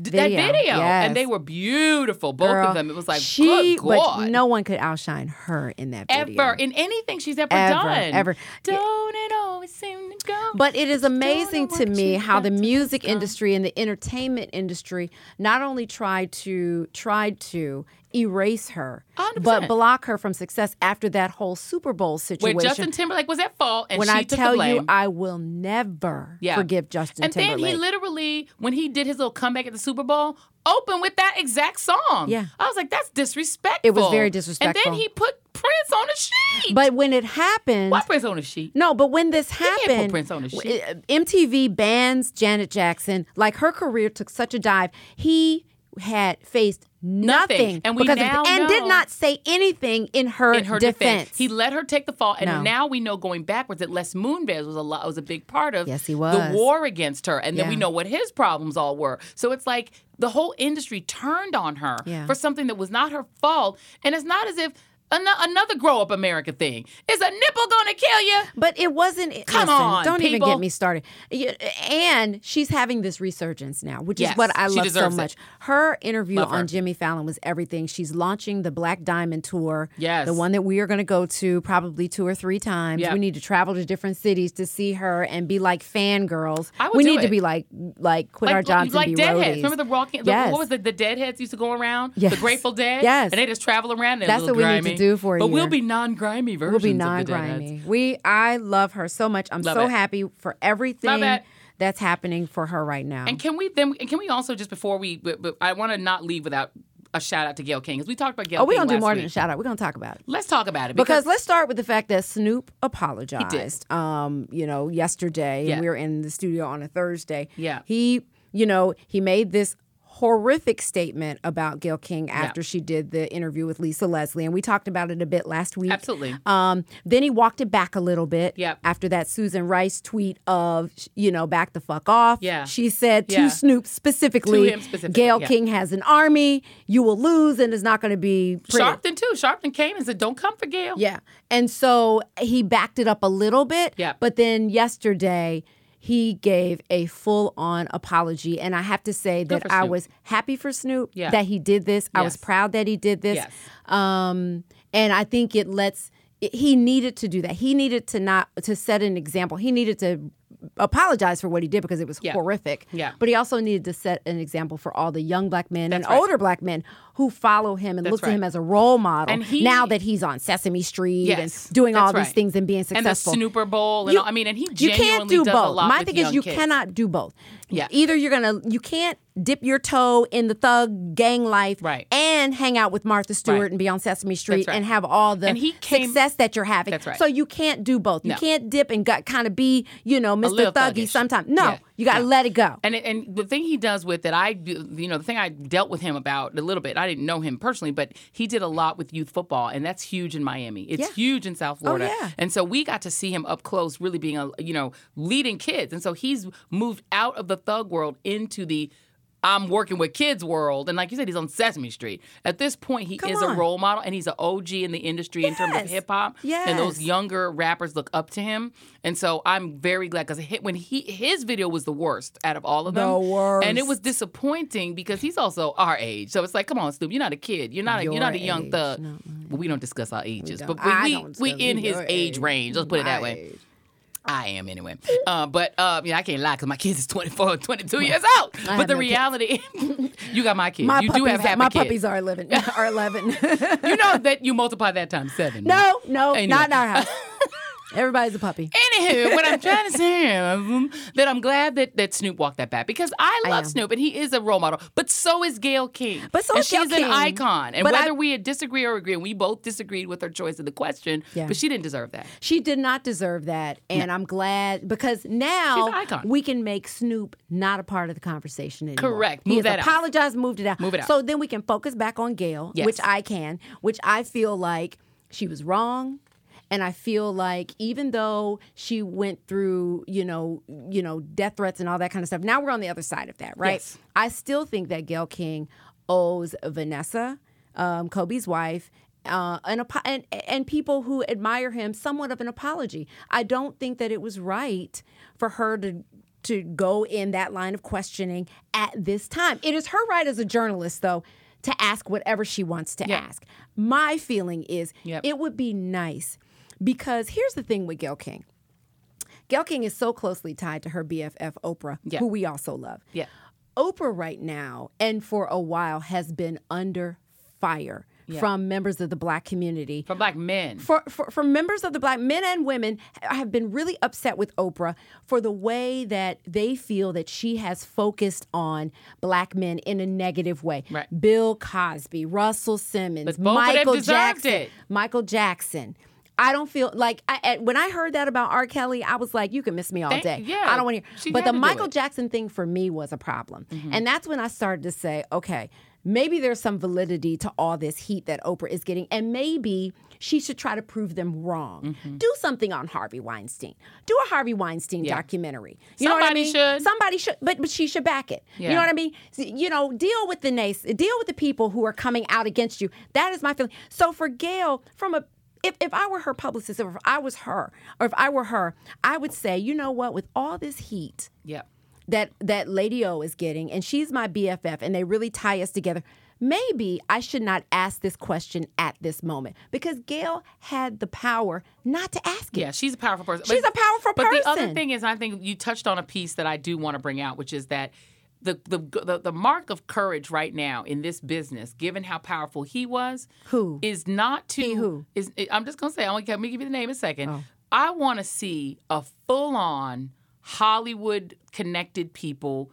Speaker 2: d-
Speaker 1: Video,
Speaker 2: That video,
Speaker 1: yes.
Speaker 2: and they were beautiful, both
Speaker 1: Girl,
Speaker 2: of them. It was like
Speaker 1: she,
Speaker 2: good God,
Speaker 1: but no one could outshine her in that
Speaker 2: ever
Speaker 1: video.
Speaker 2: in anything she's ever,
Speaker 1: Ever,
Speaker 2: done,
Speaker 1: ever.
Speaker 2: Don't it always seem to go?
Speaker 1: But it is amazing
Speaker 2: know
Speaker 1: to
Speaker 2: what
Speaker 1: me
Speaker 2: you've
Speaker 1: how
Speaker 2: got
Speaker 1: the
Speaker 2: to
Speaker 1: music industry and the entertainment industry not only tried to tried to erase her, but
Speaker 2: 100%.
Speaker 1: block her from success after that whole Super Bowl
Speaker 2: where
Speaker 1: situation.
Speaker 2: Justin Timberlake was at fault, and
Speaker 1: when
Speaker 2: she
Speaker 1: I
Speaker 2: took
Speaker 1: tell
Speaker 2: the blame.
Speaker 1: you, I will never
Speaker 2: Yeah.
Speaker 1: forgive Justin
Speaker 2: and
Speaker 1: Timberlake.
Speaker 2: then he literally, when he did his little comeback at the Super Bowl, opened with that exact song.
Speaker 1: Yeah.
Speaker 2: I was like, that's disrespectful.
Speaker 1: It was very
Speaker 2: And
Speaker 1: disrespectful.
Speaker 2: then he put Prince on a sheet.
Speaker 1: but when it happened,
Speaker 2: Why Prince on a sheet?
Speaker 1: No, but when this
Speaker 2: can't put
Speaker 1: happened,
Speaker 2: Prince on the
Speaker 1: w- uh, MTV bans Janet Jackson. Like her career took such a dive. He had faced nothing,
Speaker 2: And we
Speaker 1: because of-
Speaker 2: now
Speaker 1: and did
Speaker 2: know-
Speaker 1: not say anything in her,
Speaker 2: in her defense. He let her take the fall, and
Speaker 1: No.
Speaker 2: now we know going backwards that Les Moonves was a lot, was a big part of
Speaker 1: Yes, he
Speaker 2: the
Speaker 1: was.
Speaker 2: war against her, and then we
Speaker 1: Yeah.
Speaker 2: know what his problems all were. So it's like the whole industry turned on her
Speaker 1: Yeah.
Speaker 2: for something that was not her fault, and it's not as if an- another grow up America thing is a nipple gonna kill you.
Speaker 1: But it wasn't.
Speaker 2: Come
Speaker 1: listen,
Speaker 2: on,
Speaker 1: don't even
Speaker 2: people.
Speaker 1: get me started. Yeah, And she's having this resurgence now, which
Speaker 2: Yes,
Speaker 1: is what I
Speaker 2: she
Speaker 1: love so
Speaker 2: deserves it.
Speaker 1: much. Her interview
Speaker 2: Love her.
Speaker 1: on Jimmy Fallon was everything. She's launching the Black Diamond tour.
Speaker 2: Yes.
Speaker 1: the one that we are going to go to probably two or three times.
Speaker 2: Yep.
Speaker 1: We need to travel to different cities to see her and be like fangirls.
Speaker 2: I would
Speaker 1: we
Speaker 2: do
Speaker 1: need
Speaker 2: it.
Speaker 1: to be like like quit our jobs
Speaker 2: like
Speaker 1: and be
Speaker 2: deadheads.
Speaker 1: roadies.
Speaker 2: Remember the walking? the-
Speaker 1: Yes.
Speaker 2: what was it? The deadheads used to go around. The
Speaker 1: Yes.
Speaker 2: Grateful Dead.
Speaker 1: Yes.
Speaker 2: and they just travel around. They're
Speaker 1: That's
Speaker 2: a little
Speaker 1: what we need to
Speaker 2: grimy.
Speaker 1: do for a
Speaker 2: But we'll
Speaker 1: year.
Speaker 2: be non-grimy versions.
Speaker 1: We'll be
Speaker 2: of the Deadheads.
Speaker 1: non-grimy. We, I love her so much. I'm
Speaker 2: Love
Speaker 1: so
Speaker 2: it.
Speaker 1: happy for everything
Speaker 2: it.
Speaker 1: that's happening for her right now.
Speaker 2: And can we then? And can we also just before we? But, but I want to not leave without a shout out to Gail King because we talked about Gail.
Speaker 1: Oh, we're
Speaker 2: King
Speaker 1: gonna do
Speaker 2: last
Speaker 1: more
Speaker 2: week.
Speaker 1: than a shout out. We're gonna talk about it.
Speaker 2: Let's talk about it
Speaker 1: Because let's start with the fact that Snoop apologized. Um, you know, yesterday and
Speaker 2: Yeah.
Speaker 1: we were in the studio on a Thursday.
Speaker 2: Yeah.
Speaker 1: He, you know, he made this horrific statement about Gail King after
Speaker 2: Yeah.
Speaker 1: she did the interview with Lisa Leslie, and we talked about it a bit last week.
Speaker 2: Absolutely.
Speaker 1: Um, then he walked it back a little bit.
Speaker 2: Yep.
Speaker 1: After that Susan Rice tweet of you know back the fuck off.
Speaker 2: Yeah.
Speaker 1: She said to
Speaker 2: Yeah.
Speaker 1: Snoop specifically,
Speaker 2: To him specifically,
Speaker 1: Gail
Speaker 2: yeah.
Speaker 1: King has an army. You will lose, and it's not going to be pretty.
Speaker 2: Sharpton too. Sharpton came and said, "Don't come for Gail."
Speaker 1: Yeah. And so eh, he backed it up a little bit.
Speaker 2: Yeah.
Speaker 1: But then yesterday, he gave a full on apology. And I have to say that
Speaker 2: for
Speaker 1: I
Speaker 2: Snoop.
Speaker 1: was happy for Snoop
Speaker 2: Yeah.
Speaker 1: that he did this. I was
Speaker 2: Yes.
Speaker 1: proud that he did this.
Speaker 2: Yes.
Speaker 1: Um, and I think it lets, it, he needed to do that. He needed to not, to set an example. He needed to apologize for what he did because it was
Speaker 2: Yeah.
Speaker 1: horrific.
Speaker 2: Yeah.
Speaker 1: But he also needed to set an example for all the young black men and
Speaker 2: That's right.
Speaker 1: older black men who follow him and look to
Speaker 2: right.
Speaker 1: him as a role model
Speaker 2: And he-
Speaker 1: now that he's on Sesame Street
Speaker 2: Yes,
Speaker 1: and doing
Speaker 2: that's
Speaker 1: all these
Speaker 2: right.
Speaker 1: things and being
Speaker 2: And the
Speaker 1: successful.
Speaker 2: Snooper Bowl, and
Speaker 1: You-
Speaker 2: all, I mean, and he
Speaker 1: you can't
Speaker 2: genuinely
Speaker 1: do
Speaker 2: does
Speaker 1: both.
Speaker 2: a lot
Speaker 1: My
Speaker 2: with
Speaker 1: thing is
Speaker 2: young
Speaker 1: you
Speaker 2: kids.
Speaker 1: cannot do both.
Speaker 2: Yeah.
Speaker 1: Either you're gonna you can't dip your toe in the thug gang life
Speaker 2: Right.
Speaker 1: and hang out with Martha Stewart
Speaker 2: Right.
Speaker 1: and be on Sesame Street
Speaker 2: right.
Speaker 1: and have all the
Speaker 2: And he came-
Speaker 1: success that you're having.
Speaker 2: That's right.
Speaker 1: So you can't do both. You
Speaker 2: No.
Speaker 1: can't dip and got kind of be, you know, Mr.
Speaker 2: little
Speaker 1: Thuggy
Speaker 2: thuggish.
Speaker 1: sometimes. No,
Speaker 2: Yeah.
Speaker 1: you gotta
Speaker 2: Yeah.
Speaker 1: let it go.
Speaker 2: And it- and the thing he does with it, I do- you know the thing I dealt with him about a little bit. I didn't know him personally, but he did a lot with youth football, and that's huge in Miami. It's
Speaker 1: Yeah. Oh,
Speaker 2: huge in South Florida,
Speaker 1: yeah.
Speaker 2: and so we got to see him up close, really being a you know leading kids, and so he's moved out of the thug world into the. I'm working with kids world, and like you said, he's on Sesame Street. At this point, he is
Speaker 1: on.
Speaker 2: a role model, and he's an OG in the industry in terms
Speaker 1: Yes.
Speaker 2: of hip hop. and those
Speaker 1: Yes.
Speaker 2: younger rappers look up to him, and so I'm very glad because when he his video was the worst out of all of them,
Speaker 1: The worst.
Speaker 2: and it was disappointing because he's also our age. So it's like, come on, Snoop, you're not a kid, you're not a,
Speaker 1: Your
Speaker 2: you're not a young
Speaker 1: age,
Speaker 2: thug.
Speaker 1: not
Speaker 2: Well, we don't discuss our ages,
Speaker 1: don't.
Speaker 2: but
Speaker 1: I
Speaker 2: we
Speaker 1: don't
Speaker 2: we, we
Speaker 1: discuss
Speaker 2: in his
Speaker 1: your
Speaker 2: age,
Speaker 1: age,
Speaker 2: range. Let's put it that
Speaker 1: my
Speaker 2: way.
Speaker 1: age.
Speaker 2: I am anyway. Uh, but uh, yeah, I can't lie because my kids is 24, 22 years old.
Speaker 1: have
Speaker 2: But the
Speaker 1: no kids.
Speaker 2: reality, you got my kids.
Speaker 1: My
Speaker 2: you
Speaker 1: puppies,
Speaker 2: do have that.
Speaker 1: my
Speaker 2: kid.
Speaker 1: puppies are eleven. Are eleven.
Speaker 2: You know that you multiply that times seven. right?
Speaker 1: No, no,
Speaker 2: Anyway.
Speaker 1: not in our house. Everybody's a puppy.
Speaker 2: Anywho, what I'm trying to say is that I'm glad that, that Snoop walked that back because I love
Speaker 1: am.
Speaker 2: Snoop and he is a role model, but so is Gail King.
Speaker 1: But so
Speaker 2: and
Speaker 1: is Gayle
Speaker 2: she's
Speaker 1: King.
Speaker 2: an icon. And
Speaker 1: But I-
Speaker 2: whether we disagree or agree, and we both disagreed with her choice of the question,
Speaker 1: Yeah.
Speaker 2: but she didn't deserve that.
Speaker 1: She did not deserve that, and I'm glad because
Speaker 2: She's
Speaker 1: now
Speaker 2: an icon.
Speaker 1: we can make Snoop not a part of the conversation anymore.
Speaker 2: Correct.
Speaker 1: He has
Speaker 2: Move that out.
Speaker 1: apologized, moved it out.
Speaker 2: Move it out.
Speaker 1: So then we can focus back on Gail,
Speaker 2: Yes.
Speaker 1: which I can, which I feel like she was wrong. And I feel like even though she went through, you know, you know, death threats and all that kind of stuff, now we're on the other side of that, right?
Speaker 2: Yes.
Speaker 1: I still think that Gail King owes Vanessa, um, Kobe's wife, uh, an apo- and, and people who admire him somewhat of an apology. I don't think that it was right for her to to go in that line of questioning at this time. It is her right as a journalist, though, to ask whatever she wants to
Speaker 2: Yeah.
Speaker 1: ask. My feeling is
Speaker 2: Yep.
Speaker 1: it would be nice because here's the thing with Gail King. Gail King is so closely tied to her BFF Oprah,
Speaker 2: Yeah.
Speaker 1: who we also love.
Speaker 2: Yeah.
Speaker 1: Oprah right now and for a while has been under fire from members of the black community.
Speaker 2: For black men.
Speaker 1: For, for, for members of the black men and women ha- have been really upset with Oprah for the way that they feel that she has focused on black men in a negative way.
Speaker 2: Right.
Speaker 1: Bill Cosby, Russell Simmons,
Speaker 2: both of them
Speaker 1: Michael
Speaker 2: deserved
Speaker 1: Jackson.
Speaker 2: it.
Speaker 1: Michael Jackson. I don't feel like I, at- when I heard that about R. Kelly, I was like, "You can miss me all
Speaker 2: Thank-
Speaker 1: day.
Speaker 2: yeah,
Speaker 1: I don't want to hear."
Speaker 2: she
Speaker 1: but
Speaker 2: had
Speaker 1: the
Speaker 2: to do
Speaker 1: Michael
Speaker 2: it.
Speaker 1: Jackson thing for me was a problem,
Speaker 2: Mm-hmm.
Speaker 1: and that's when I started to say, "Okay, maybe there's some validity to all this heat that Oprah is getting, and maybe she should try to prove them wrong.
Speaker 2: Mm-hmm.
Speaker 1: Do something on Harvey Weinstein. Do a Harvey Weinstein documentary. You know what I
Speaker 2: Somebody
Speaker 1: mean?
Speaker 2: should.
Speaker 1: Somebody should, but but she should back it. You know
Speaker 2: Yeah.
Speaker 1: what I mean? S- You know, deal with the nays, deal with the people who are coming out against you. That is my feeling. So for Gail, from a if, if I were her publicist, or if I was her, or if I were her, I would say, you know what, with all this heat
Speaker 2: yeah.
Speaker 1: that that Lady O is getting, and she's my BFF, and they really tie us together. Maybe I should not ask this question at this moment because Gail had the power not to ask it.
Speaker 2: Yeah, she's a powerful person.
Speaker 1: She's a powerful
Speaker 2: but But the
Speaker 1: person.
Speaker 2: other thing is, I think you touched on a piece that I do want to bring out, which is that the the, the the mark of courage right now in this business, given how powerful he was,
Speaker 1: Who?
Speaker 2: is not to
Speaker 1: who? Oh.
Speaker 2: is. I'm just gonna say. I'm gonna, let me give you the name in a second. I want to see a full on Hollywood connected people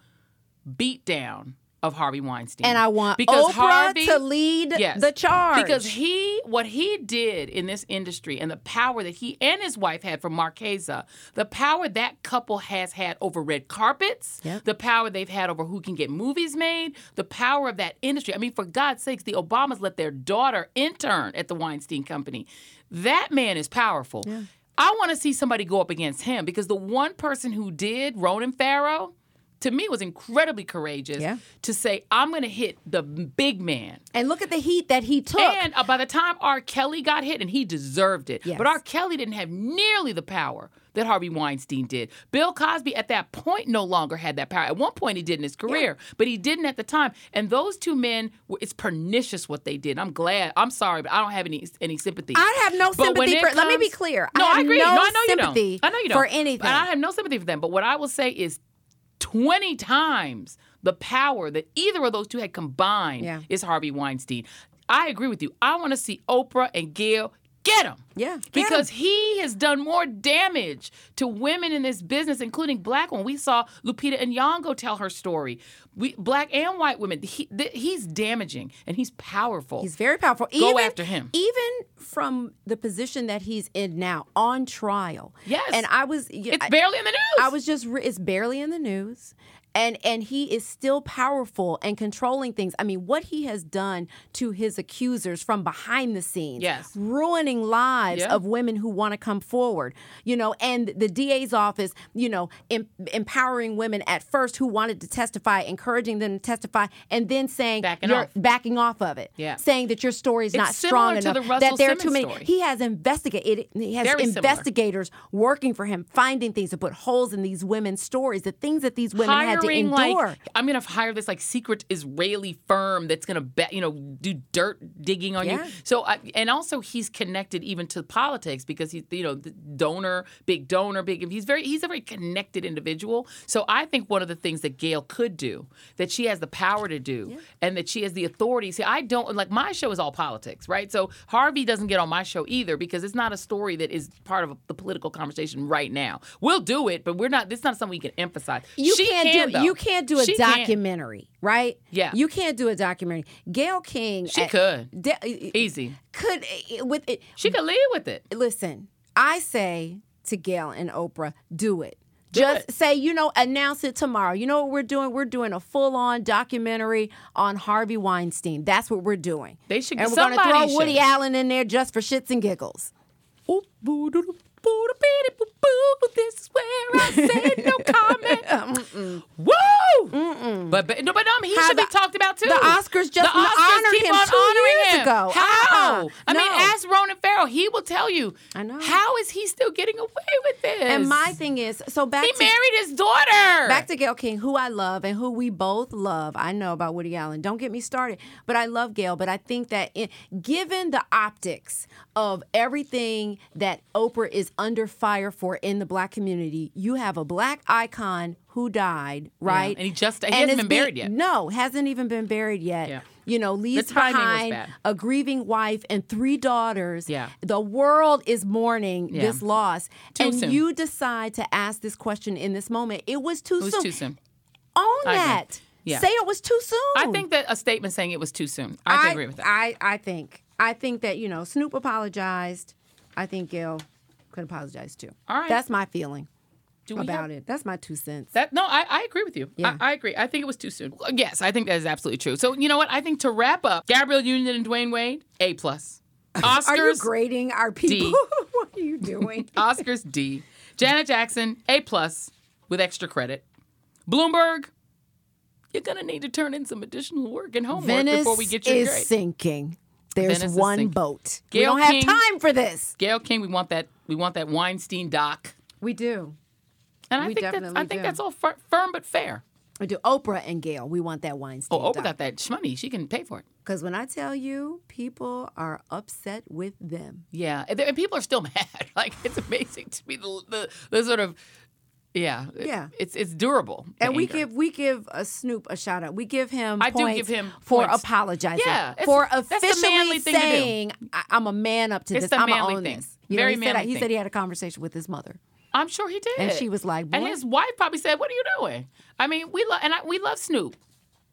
Speaker 2: beat down of Harvey Weinstein.
Speaker 1: And I want Oprah to lead the charge.
Speaker 2: Because he what he did in this industry and the power that he and his wife had from Marquesa, the power that couple has had over red carpets,
Speaker 1: Yep.
Speaker 2: the power they've had over who can get movies made, the power of that industry. I mean, for God's sakes, the Obamas let their daughter intern at the Weinstein Company. That man is powerful. I want to see somebody go up against him because the one person who did, Ronan Farrow, to me was incredibly courageous
Speaker 1: Yeah.
Speaker 2: to say, I'm going to hit the big man.
Speaker 1: And look at the heat that he took.
Speaker 2: And uh, by the time R. Kelly got hit, and he deserved it,
Speaker 1: Yes.
Speaker 2: but R. Kelly didn't have nearly the power that Harvey Weinstein did. Bill Cosby at that point no longer had that power. At one point he did in his career, but he didn't at the time. And those two men, were- it's pernicious what they did. I'm glad. I'm sorry, but I don't have any any sympathy.
Speaker 1: I have no
Speaker 2: But when
Speaker 1: sympathy
Speaker 2: it
Speaker 1: for- let me be
Speaker 2: comes-
Speaker 1: clear. I
Speaker 2: No, I,
Speaker 1: have
Speaker 2: agree.
Speaker 1: no
Speaker 2: I know you
Speaker 1: sympathy
Speaker 2: don't. I know you don't.
Speaker 1: for anything.
Speaker 2: And I have no sympathy for them. But what I will say is 20 times the power that either of those two had combined
Speaker 1: Yeah.
Speaker 2: is Harvey Weinstein. I agree with you. I want to see Oprah and Gail get him.
Speaker 1: Yeah, get 'em.
Speaker 2: because he has done more damage to women in this business, including black women. We saw Lupita Nyong'o tell her story. We, black and white women. He, th- he's damaging and he's powerful.
Speaker 1: He's very powerful.
Speaker 2: Go after him.
Speaker 1: Even from the position that he's in now, on trial.
Speaker 2: Yes.
Speaker 1: And I was. yeah,
Speaker 2: it's
Speaker 1: I-
Speaker 2: barely in the news.
Speaker 1: I was just. Re- it's barely in the news. And, and he is still powerful and controlling things. I mean, what he has done to his accusers from behind the scenes,
Speaker 2: Yes.
Speaker 1: ruining lives
Speaker 2: Yeah.
Speaker 1: of women who want to come forward, you know, and the DA's office, you know, em- empowering women at first who wanted to testify, encouraging them to testify, and then saying
Speaker 2: Backing
Speaker 1: you're
Speaker 2: off.
Speaker 1: backing off of it,
Speaker 2: Yeah.
Speaker 1: saying that your story is not
Speaker 2: similar
Speaker 1: strong
Speaker 2: to
Speaker 1: enough,
Speaker 2: the Russell
Speaker 1: that there are
Speaker 2: Simmons
Speaker 1: too many.
Speaker 2: story.
Speaker 1: He has investigated. He has
Speaker 2: Very similar.
Speaker 1: investigators working for him, finding things to put holes in these women's stories, the things that these women had to
Speaker 2: hiring
Speaker 1: endure.
Speaker 2: like I'm gonna hire this like secret Israeli firm that's gonna bet you know do dirt digging on
Speaker 1: Yeah.
Speaker 2: you. So I, and also he's connected even to politics because he's you know the donor, big donor, big. He's very he's a very connected individual. So I think one of the things that Gail could do that she has the power to do and that she has the authority. See, I don't like my show is all politics, right? So Harvey doesn't get on my show either because it's not a story that is part of the political conversation right now. We'll do it, but we're not. It's not something we can emphasize
Speaker 1: you
Speaker 2: she
Speaker 1: can't
Speaker 2: can,
Speaker 1: do
Speaker 2: though.
Speaker 1: you can't do a
Speaker 2: She can.
Speaker 1: documentary, right?
Speaker 2: Yeah.
Speaker 1: you can't do a documentary. Gail King, eh,
Speaker 2: She could.
Speaker 1: de- eh,
Speaker 2: Easy.
Speaker 1: could eh, with it.
Speaker 2: She could lead with it.
Speaker 1: listen, I say to Gail and Oprah, do it. Just say, you know, announce it tomorrow. You know what we're doing? We're doing a full on documentary on Harvey Weinstein. That's what we're doing.
Speaker 2: They should-
Speaker 1: And we're gonna
Speaker 2: somebody
Speaker 1: throw Woody
Speaker 2: should.
Speaker 1: Allen in there just for shits and giggles.
Speaker 2: This is where I say no comment. Woo! But, but no, but um, he
Speaker 1: How
Speaker 2: should be
Speaker 1: the-
Speaker 2: talked about too.
Speaker 1: the Oscars just
Speaker 2: the Oscars
Speaker 1: honored
Speaker 2: keep
Speaker 1: him
Speaker 2: on
Speaker 1: two
Speaker 2: honoring
Speaker 1: years
Speaker 2: him.
Speaker 1: ago.
Speaker 2: How?
Speaker 1: Uh-uh.
Speaker 2: I mean,
Speaker 1: No.
Speaker 2: ask Ronan Farrell. He will tell you.
Speaker 1: I know.
Speaker 2: How is he still getting away with this?
Speaker 1: And my thing is, so back
Speaker 2: he
Speaker 1: to
Speaker 2: married his daughter.
Speaker 1: Back to Gail King, who I love and who we both love. I know about Woody Allen. Don't get me started, but I love Gail. But I think that in, given the optics of everything that Oprah is under fire for in the black community, you have a black icon who died, right?
Speaker 2: and he just- he hasn't
Speaker 1: it's
Speaker 2: been
Speaker 1: being-
Speaker 2: buried yet.
Speaker 1: No, hasn't even been buried yet.
Speaker 2: Yeah.
Speaker 1: You know, leaves
Speaker 2: timing was
Speaker 1: behind
Speaker 2: bad.
Speaker 1: a grieving wife and three daughters.
Speaker 2: Yeah.
Speaker 1: The world is mourning
Speaker 2: Yeah.
Speaker 1: this loss. and
Speaker 2: soon.
Speaker 1: you decide to ask this question in this moment. It was too
Speaker 2: it was
Speaker 1: soon.
Speaker 2: too soon.
Speaker 1: Own
Speaker 2: I agree.
Speaker 1: that.
Speaker 2: Yeah.
Speaker 1: Say it was too soon.
Speaker 2: I think that a statement saying it was too soon. I, can agree with that.
Speaker 1: I, I think. I think that, you know, Snoop apologized. I think Gail could apologize too.
Speaker 2: All right.
Speaker 1: That's my feeling
Speaker 2: Do we have-
Speaker 1: about it. That's my two cents.
Speaker 2: That no, I, I agree with you.
Speaker 1: Yeah.
Speaker 2: I, I agree. I think it was too soon. Yes, I think that is absolutely true. So you know what? I think to wrap up, Gabrielle Union and Dwayne Wade, A plus. Oscars
Speaker 1: Are you grading our people? what are you doing?
Speaker 2: Oscars D. Janet Jackson, A plus with extra credit. Bloomberg, you're gonna need to turn in some additional work and homework
Speaker 1: Venice
Speaker 2: before we get your
Speaker 1: is
Speaker 2: grade.
Speaker 1: sinking. There's
Speaker 2: Venice is
Speaker 1: one
Speaker 2: sinking.
Speaker 1: boat.
Speaker 2: Gayle
Speaker 1: we don't
Speaker 2: King-
Speaker 1: have time for this.
Speaker 2: Gail King, we want that we want that Weinstein doc.
Speaker 1: We do.
Speaker 2: And I
Speaker 1: We
Speaker 2: think that's I
Speaker 1: definitely
Speaker 2: think
Speaker 1: do.
Speaker 2: that's all fir- firm but fair.
Speaker 1: We do. Oprah and Gail. We want that Weinstein.
Speaker 2: Oh, Oprah got that shmoney. She can pay for it.
Speaker 1: Because when I tell you, people are upset with them.
Speaker 2: Yeah, and, there- and people are still mad. Like it's amazing to me the the, the sort of yeah it-
Speaker 1: Yeah.
Speaker 2: It's it's durable. the
Speaker 1: And we
Speaker 2: anger.
Speaker 1: give we give a Snoop a shout out. We give him
Speaker 2: I do
Speaker 1: points
Speaker 2: give him
Speaker 1: for
Speaker 2: points.
Speaker 1: apologizing.
Speaker 2: Yeah, it's-
Speaker 1: for
Speaker 2: that's the
Speaker 1: officially
Speaker 2: manly thing to do.
Speaker 1: saying I, I'm a man up to
Speaker 2: It's
Speaker 1: this.
Speaker 2: the
Speaker 1: I'm gonna
Speaker 2: manly
Speaker 1: own
Speaker 2: thing.
Speaker 1: this. You know,
Speaker 2: Very
Speaker 1: he said
Speaker 2: manly
Speaker 1: he
Speaker 2: thing.
Speaker 1: said he had a conversation with his mother.
Speaker 2: I'm sure he did.
Speaker 1: And she was like, "Boy."
Speaker 2: and his wife probably said, "What are you doing?" I mean, we love and I, we love Snoop.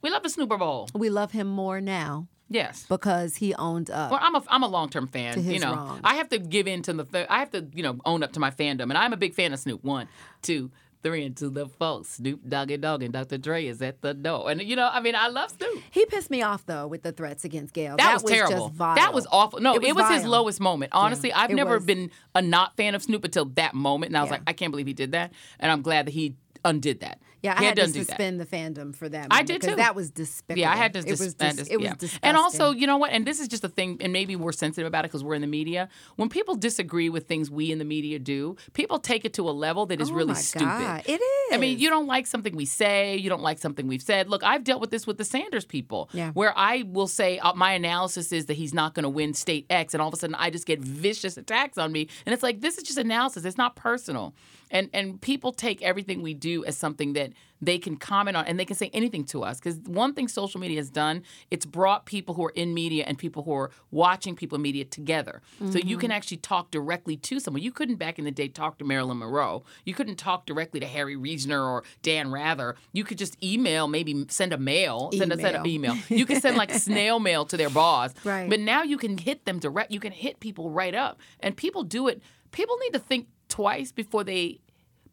Speaker 2: We love the Snooper Bowl.
Speaker 1: We love him more now
Speaker 2: Yes.
Speaker 1: because he owned up.
Speaker 2: Well, I'm a I'm a long term fan.
Speaker 1: his
Speaker 2: you know,
Speaker 1: wrongs.
Speaker 2: I have to give in to the th- I have to you know own up to my fandom, and I'm a big fan of Snoop. One, two, three, and to the folks. Snoop Doggy Dogg and Dr. Dre is at the door, and you know, I mean, I love Snoop.
Speaker 1: He pissed me off though with the threats against Gail.
Speaker 2: That, was, terrible.
Speaker 1: Just vile.
Speaker 2: That was awful. No, it was, his
Speaker 1: vile.
Speaker 2: lowest moment. Honestly, I've
Speaker 1: it
Speaker 2: never
Speaker 1: was.
Speaker 2: been a not fan of Snoop until that moment, and I was
Speaker 1: Yeah.
Speaker 2: like, I can't believe he did that, and I'm glad that he undid that.
Speaker 1: Yeah, I
Speaker 2: he
Speaker 1: had to
Speaker 2: done do that.
Speaker 1: suspend the fandom for that.
Speaker 2: I
Speaker 1: moment,
Speaker 2: did
Speaker 1: 'cause
Speaker 2: too.
Speaker 1: That was despicable.
Speaker 2: Yeah, I had to.
Speaker 1: It was.
Speaker 2: suspend
Speaker 1: dis-
Speaker 2: it.
Speaker 1: it was
Speaker 2: yeah.
Speaker 1: disgusting.
Speaker 2: And also, you know what? And this is just a thing, and maybe we're sensitive about it because we're in the media. When people disagree with things we in the media do, people take it to a level that is
Speaker 1: Oh
Speaker 2: really
Speaker 1: my
Speaker 2: stupid.
Speaker 1: God, It is.
Speaker 2: I mean, you don't like something we say, you don't like something we've said. Look, I've dealt with this with the Sanders people,
Speaker 1: Yeah.
Speaker 2: where I will say uh, my analysis is that he's not going to win state X, and all of a sudden I just get vicious attacks on me, and it's like this is just analysis; it's not personal. And and people take everything we do as something that they can comment on, and they can say anything to us. Because one thing social media has done, it's brought people who are in media and people who are watching people in media together. So you can actually talk directly to someone. You couldn't back in the day talk to Marilyn Monroe. You couldn't talk directly to Harry Reasoner or Dan Rather. You could just email, maybe send a mail, send a send an
Speaker 1: Email.
Speaker 2: email. You could send like snail mail to their boss.
Speaker 1: Right.
Speaker 2: But now you can hit them direct. You can hit people right up, and people do it. People need to think twice before they,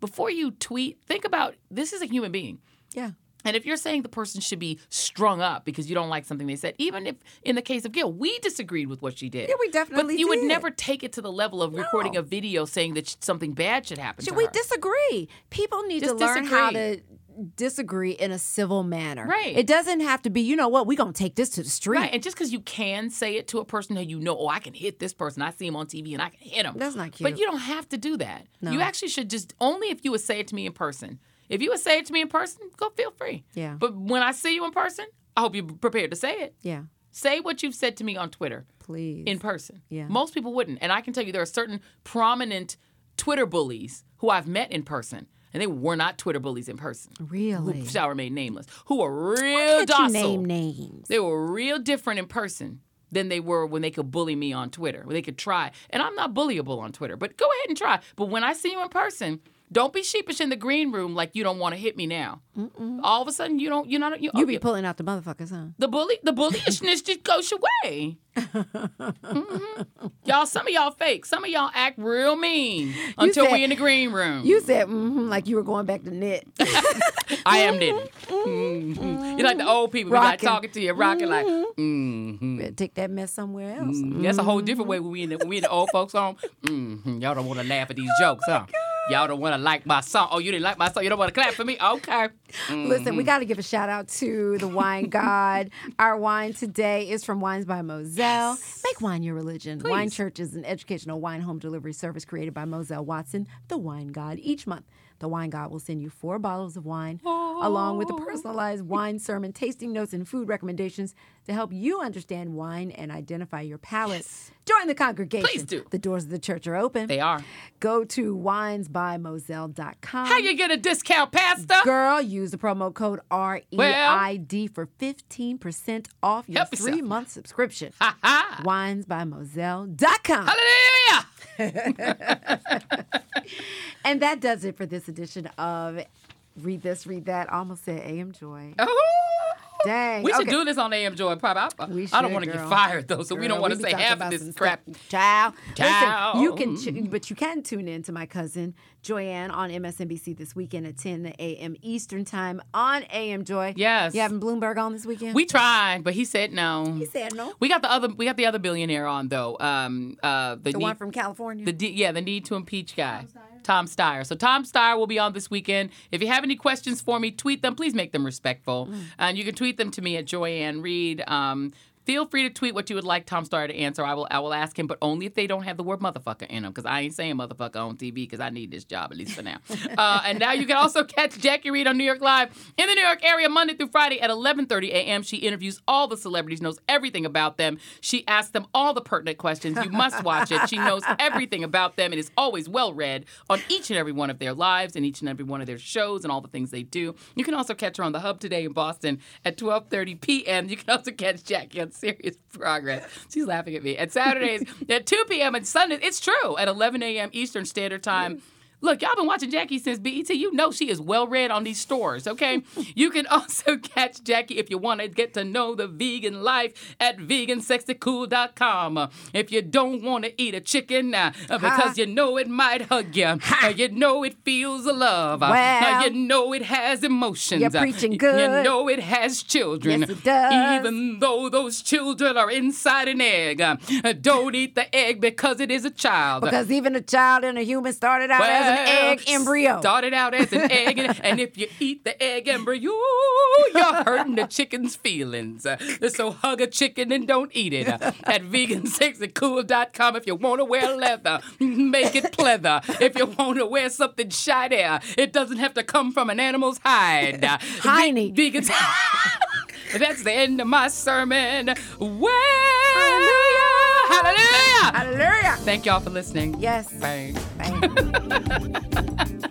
Speaker 2: before you tweet. Think about this is a human being.
Speaker 1: Yeah.
Speaker 2: And if you're saying the person should be strung up because you don't like something they said, even if in the case of Gail, we disagreed with what she did.
Speaker 1: Yeah, we definitely
Speaker 2: But you would
Speaker 1: did.
Speaker 2: never take it to the level of recording
Speaker 1: No.
Speaker 2: a video saying that sh- something bad should happen to
Speaker 1: we
Speaker 2: her.
Speaker 1: disagree. People need
Speaker 2: Just
Speaker 1: to learn how
Speaker 2: disagree.
Speaker 1: to disagree in a civil manner.
Speaker 2: Right.
Speaker 1: It doesn't have to be. You know what? We're gonna take this to the street.
Speaker 2: Right, and just because you can say it to a person who you know, oh, I can hit this person. I see him on TV and I can hit him.
Speaker 1: That's not
Speaker 2: But
Speaker 1: cute.
Speaker 2: you don't have to do that.
Speaker 1: No.
Speaker 2: You actually should just only if you would say it to me in person. If you would say it to me in person, go feel free.
Speaker 1: Yeah.
Speaker 2: But when I see you in person, I hope you're prepared to say it.
Speaker 1: Yeah.
Speaker 2: Say what you've said to me on Twitter.
Speaker 1: Please.
Speaker 2: in person.
Speaker 1: Yeah.
Speaker 2: Most people wouldn't. And I can tell you there are certain prominent Twitter bullies who I've met in person. And they were not Twitter bullies in person.
Speaker 1: really.
Speaker 2: Who shall remain nameless. Who are
Speaker 1: Why
Speaker 2: real
Speaker 1: can't you
Speaker 2: docile.
Speaker 1: name names.
Speaker 2: They were real different in person than they were when they could bully me on Twitter. When they could try. And I'm not bullyable on Twitter, but go ahead and try. But when I see you in person, don't be sheepish in the green room like you don't want to hit me now. All of a sudden you don't you're not you,
Speaker 1: You be pulling out the motherfuckers, huh?
Speaker 2: the bully, the bullyishness just goes away. Mm-hmm. Y'all, some of y'all fake. Some of y'all act real mean until
Speaker 1: said-
Speaker 2: we in the green room.
Speaker 1: You said mm-hmm, like you were going back to knit.
Speaker 2: I am didn't.
Speaker 1: Mm-hmm.
Speaker 2: Mhm. You're like the old people. You're like
Speaker 1: Rocking.
Speaker 2: talking to you, rocking like.
Speaker 1: Better Take that mess somewhere else.
Speaker 2: mm, That's a
Speaker 1: Mm-hmm.
Speaker 2: whole different way when we in the, when we in the old folks home. hmm Y'all don't want to laugh at these jokes, huh?
Speaker 1: Oh,
Speaker 2: Y'all don't want to like my song. Oh, you didn't like my song. You don't want to clap for me. Okay.
Speaker 1: Listen,
Speaker 2: Mm-hmm.
Speaker 1: we got to give a shout out to the wine god. Our wine today is from Wines by Moselle. Make wine your religion. Wine Church is an educational wine home delivery service created by Moselle Watson, the wine god. Each month, the wine god will send you four bottles of wine along with a personalized wine sermon, tasting notes, and food recommendations to help you understand wine and identify your palate. Join the congregation.
Speaker 2: Please do.
Speaker 1: The doors of the church are open.
Speaker 2: They are.
Speaker 1: Go to winesbymoselle.com.
Speaker 2: How you get a discount, Pastor?
Speaker 1: Girl, use the promo code REID for 15% off your
Speaker 2: Help yourself.
Speaker 1: three month subscription. WinesByMoselle.com.
Speaker 2: Hallelujah.
Speaker 1: And that does it for this edition of Read This, Read That. I almost said AM Joy.
Speaker 2: Oh.
Speaker 1: Dang.
Speaker 2: We should
Speaker 1: okay.
Speaker 2: do this on AM Joy Pop. I,
Speaker 1: We
Speaker 2: I don't
Speaker 1: should,
Speaker 2: want to get
Speaker 1: girl.
Speaker 2: fired though, so we
Speaker 1: Girl,
Speaker 2: don't want to
Speaker 1: be
Speaker 2: say
Speaker 1: talking
Speaker 2: half of
Speaker 1: about
Speaker 2: this
Speaker 1: some
Speaker 2: crap.
Speaker 1: stuff. Child,
Speaker 2: Child.
Speaker 1: Listen, you can, tu- but you can tune in to my cousin Joyanne on MSNBC this weekend at 10 a.m. Eastern Time on AM Joy.
Speaker 2: Yes.
Speaker 1: you having Bloomberg on this weekend?
Speaker 2: We tried, but he said no. He
Speaker 1: said no.
Speaker 2: We got the other. We got the other billionaire on though. Um, uh, the,
Speaker 1: the
Speaker 2: need,
Speaker 1: one from California.
Speaker 2: the D, yeah, the need to impeach guy, Tom Steyer. So Tom Steyer will be on this weekend. If you have any questions for me, tweet them. Please make them respectful, and you can tweet them to me at Joyanne Reed. Um, Feel free to tweet what you would like Tom Steyer to answer. I will I will ask him, but only if they don't have the word motherfucker in them, because I ain't saying motherfucker on TV because I need this job at least for now. uh, and now you can also catch Jackie Reed on New York Live in the New York area Monday through Friday at 11:30 a.m. She interviews all the celebrities, knows everything about them. She asks them all the pertinent questions. You must watch it. She knows everything about them and is always well read on each and every one of their lives and each and every one of their shows and all the things they do. You can also catch her on the Hub today in Boston at 12:30 p.m. You can also catch Jackie on Serious Progress. She's laughing at me at Saturdays at 2 p.m. and Sundays. It's true at 11 a.m. Eastern Standard Time. Look, y'all been watching Jackie since BET. You know she is well read on these stores, okay? you can also catch Jackie if you want to get to know the vegan life at vegansexycool.com. If you don't want to eat a chicken uh, because you know it might hug you, uh, you know it feels a love, uh,
Speaker 1: Well,
Speaker 2: you know it has emotions,
Speaker 1: you're
Speaker 2: uh,
Speaker 1: preaching
Speaker 2: you-
Speaker 1: good.
Speaker 2: you know it has children,
Speaker 1: Yes, it does.
Speaker 2: even though those children are inside an egg. Uh, don't eat the egg because it is a child.
Speaker 1: Because even a child and a human started out as an
Speaker 2: Well,
Speaker 1: egg embryo.
Speaker 2: Started out as an egg, and, and if you eat the egg embryo, you're hurting the chicken's feelings. Uh, So hug a chicken and don't eat it. Uh, At vegansexycool.com, if you want to wear leather, make it pleather. If you want to wear something shiny, uh, it doesn't have to come from an animal's hide. Uh,
Speaker 1: Hiney.
Speaker 2: Ve- vegans. That's the end of my sermon. Well, hallelujah.
Speaker 1: Hallelujah.
Speaker 2: Thank y'all for listening.
Speaker 1: Yes.
Speaker 2: Bye.
Speaker 1: Bang.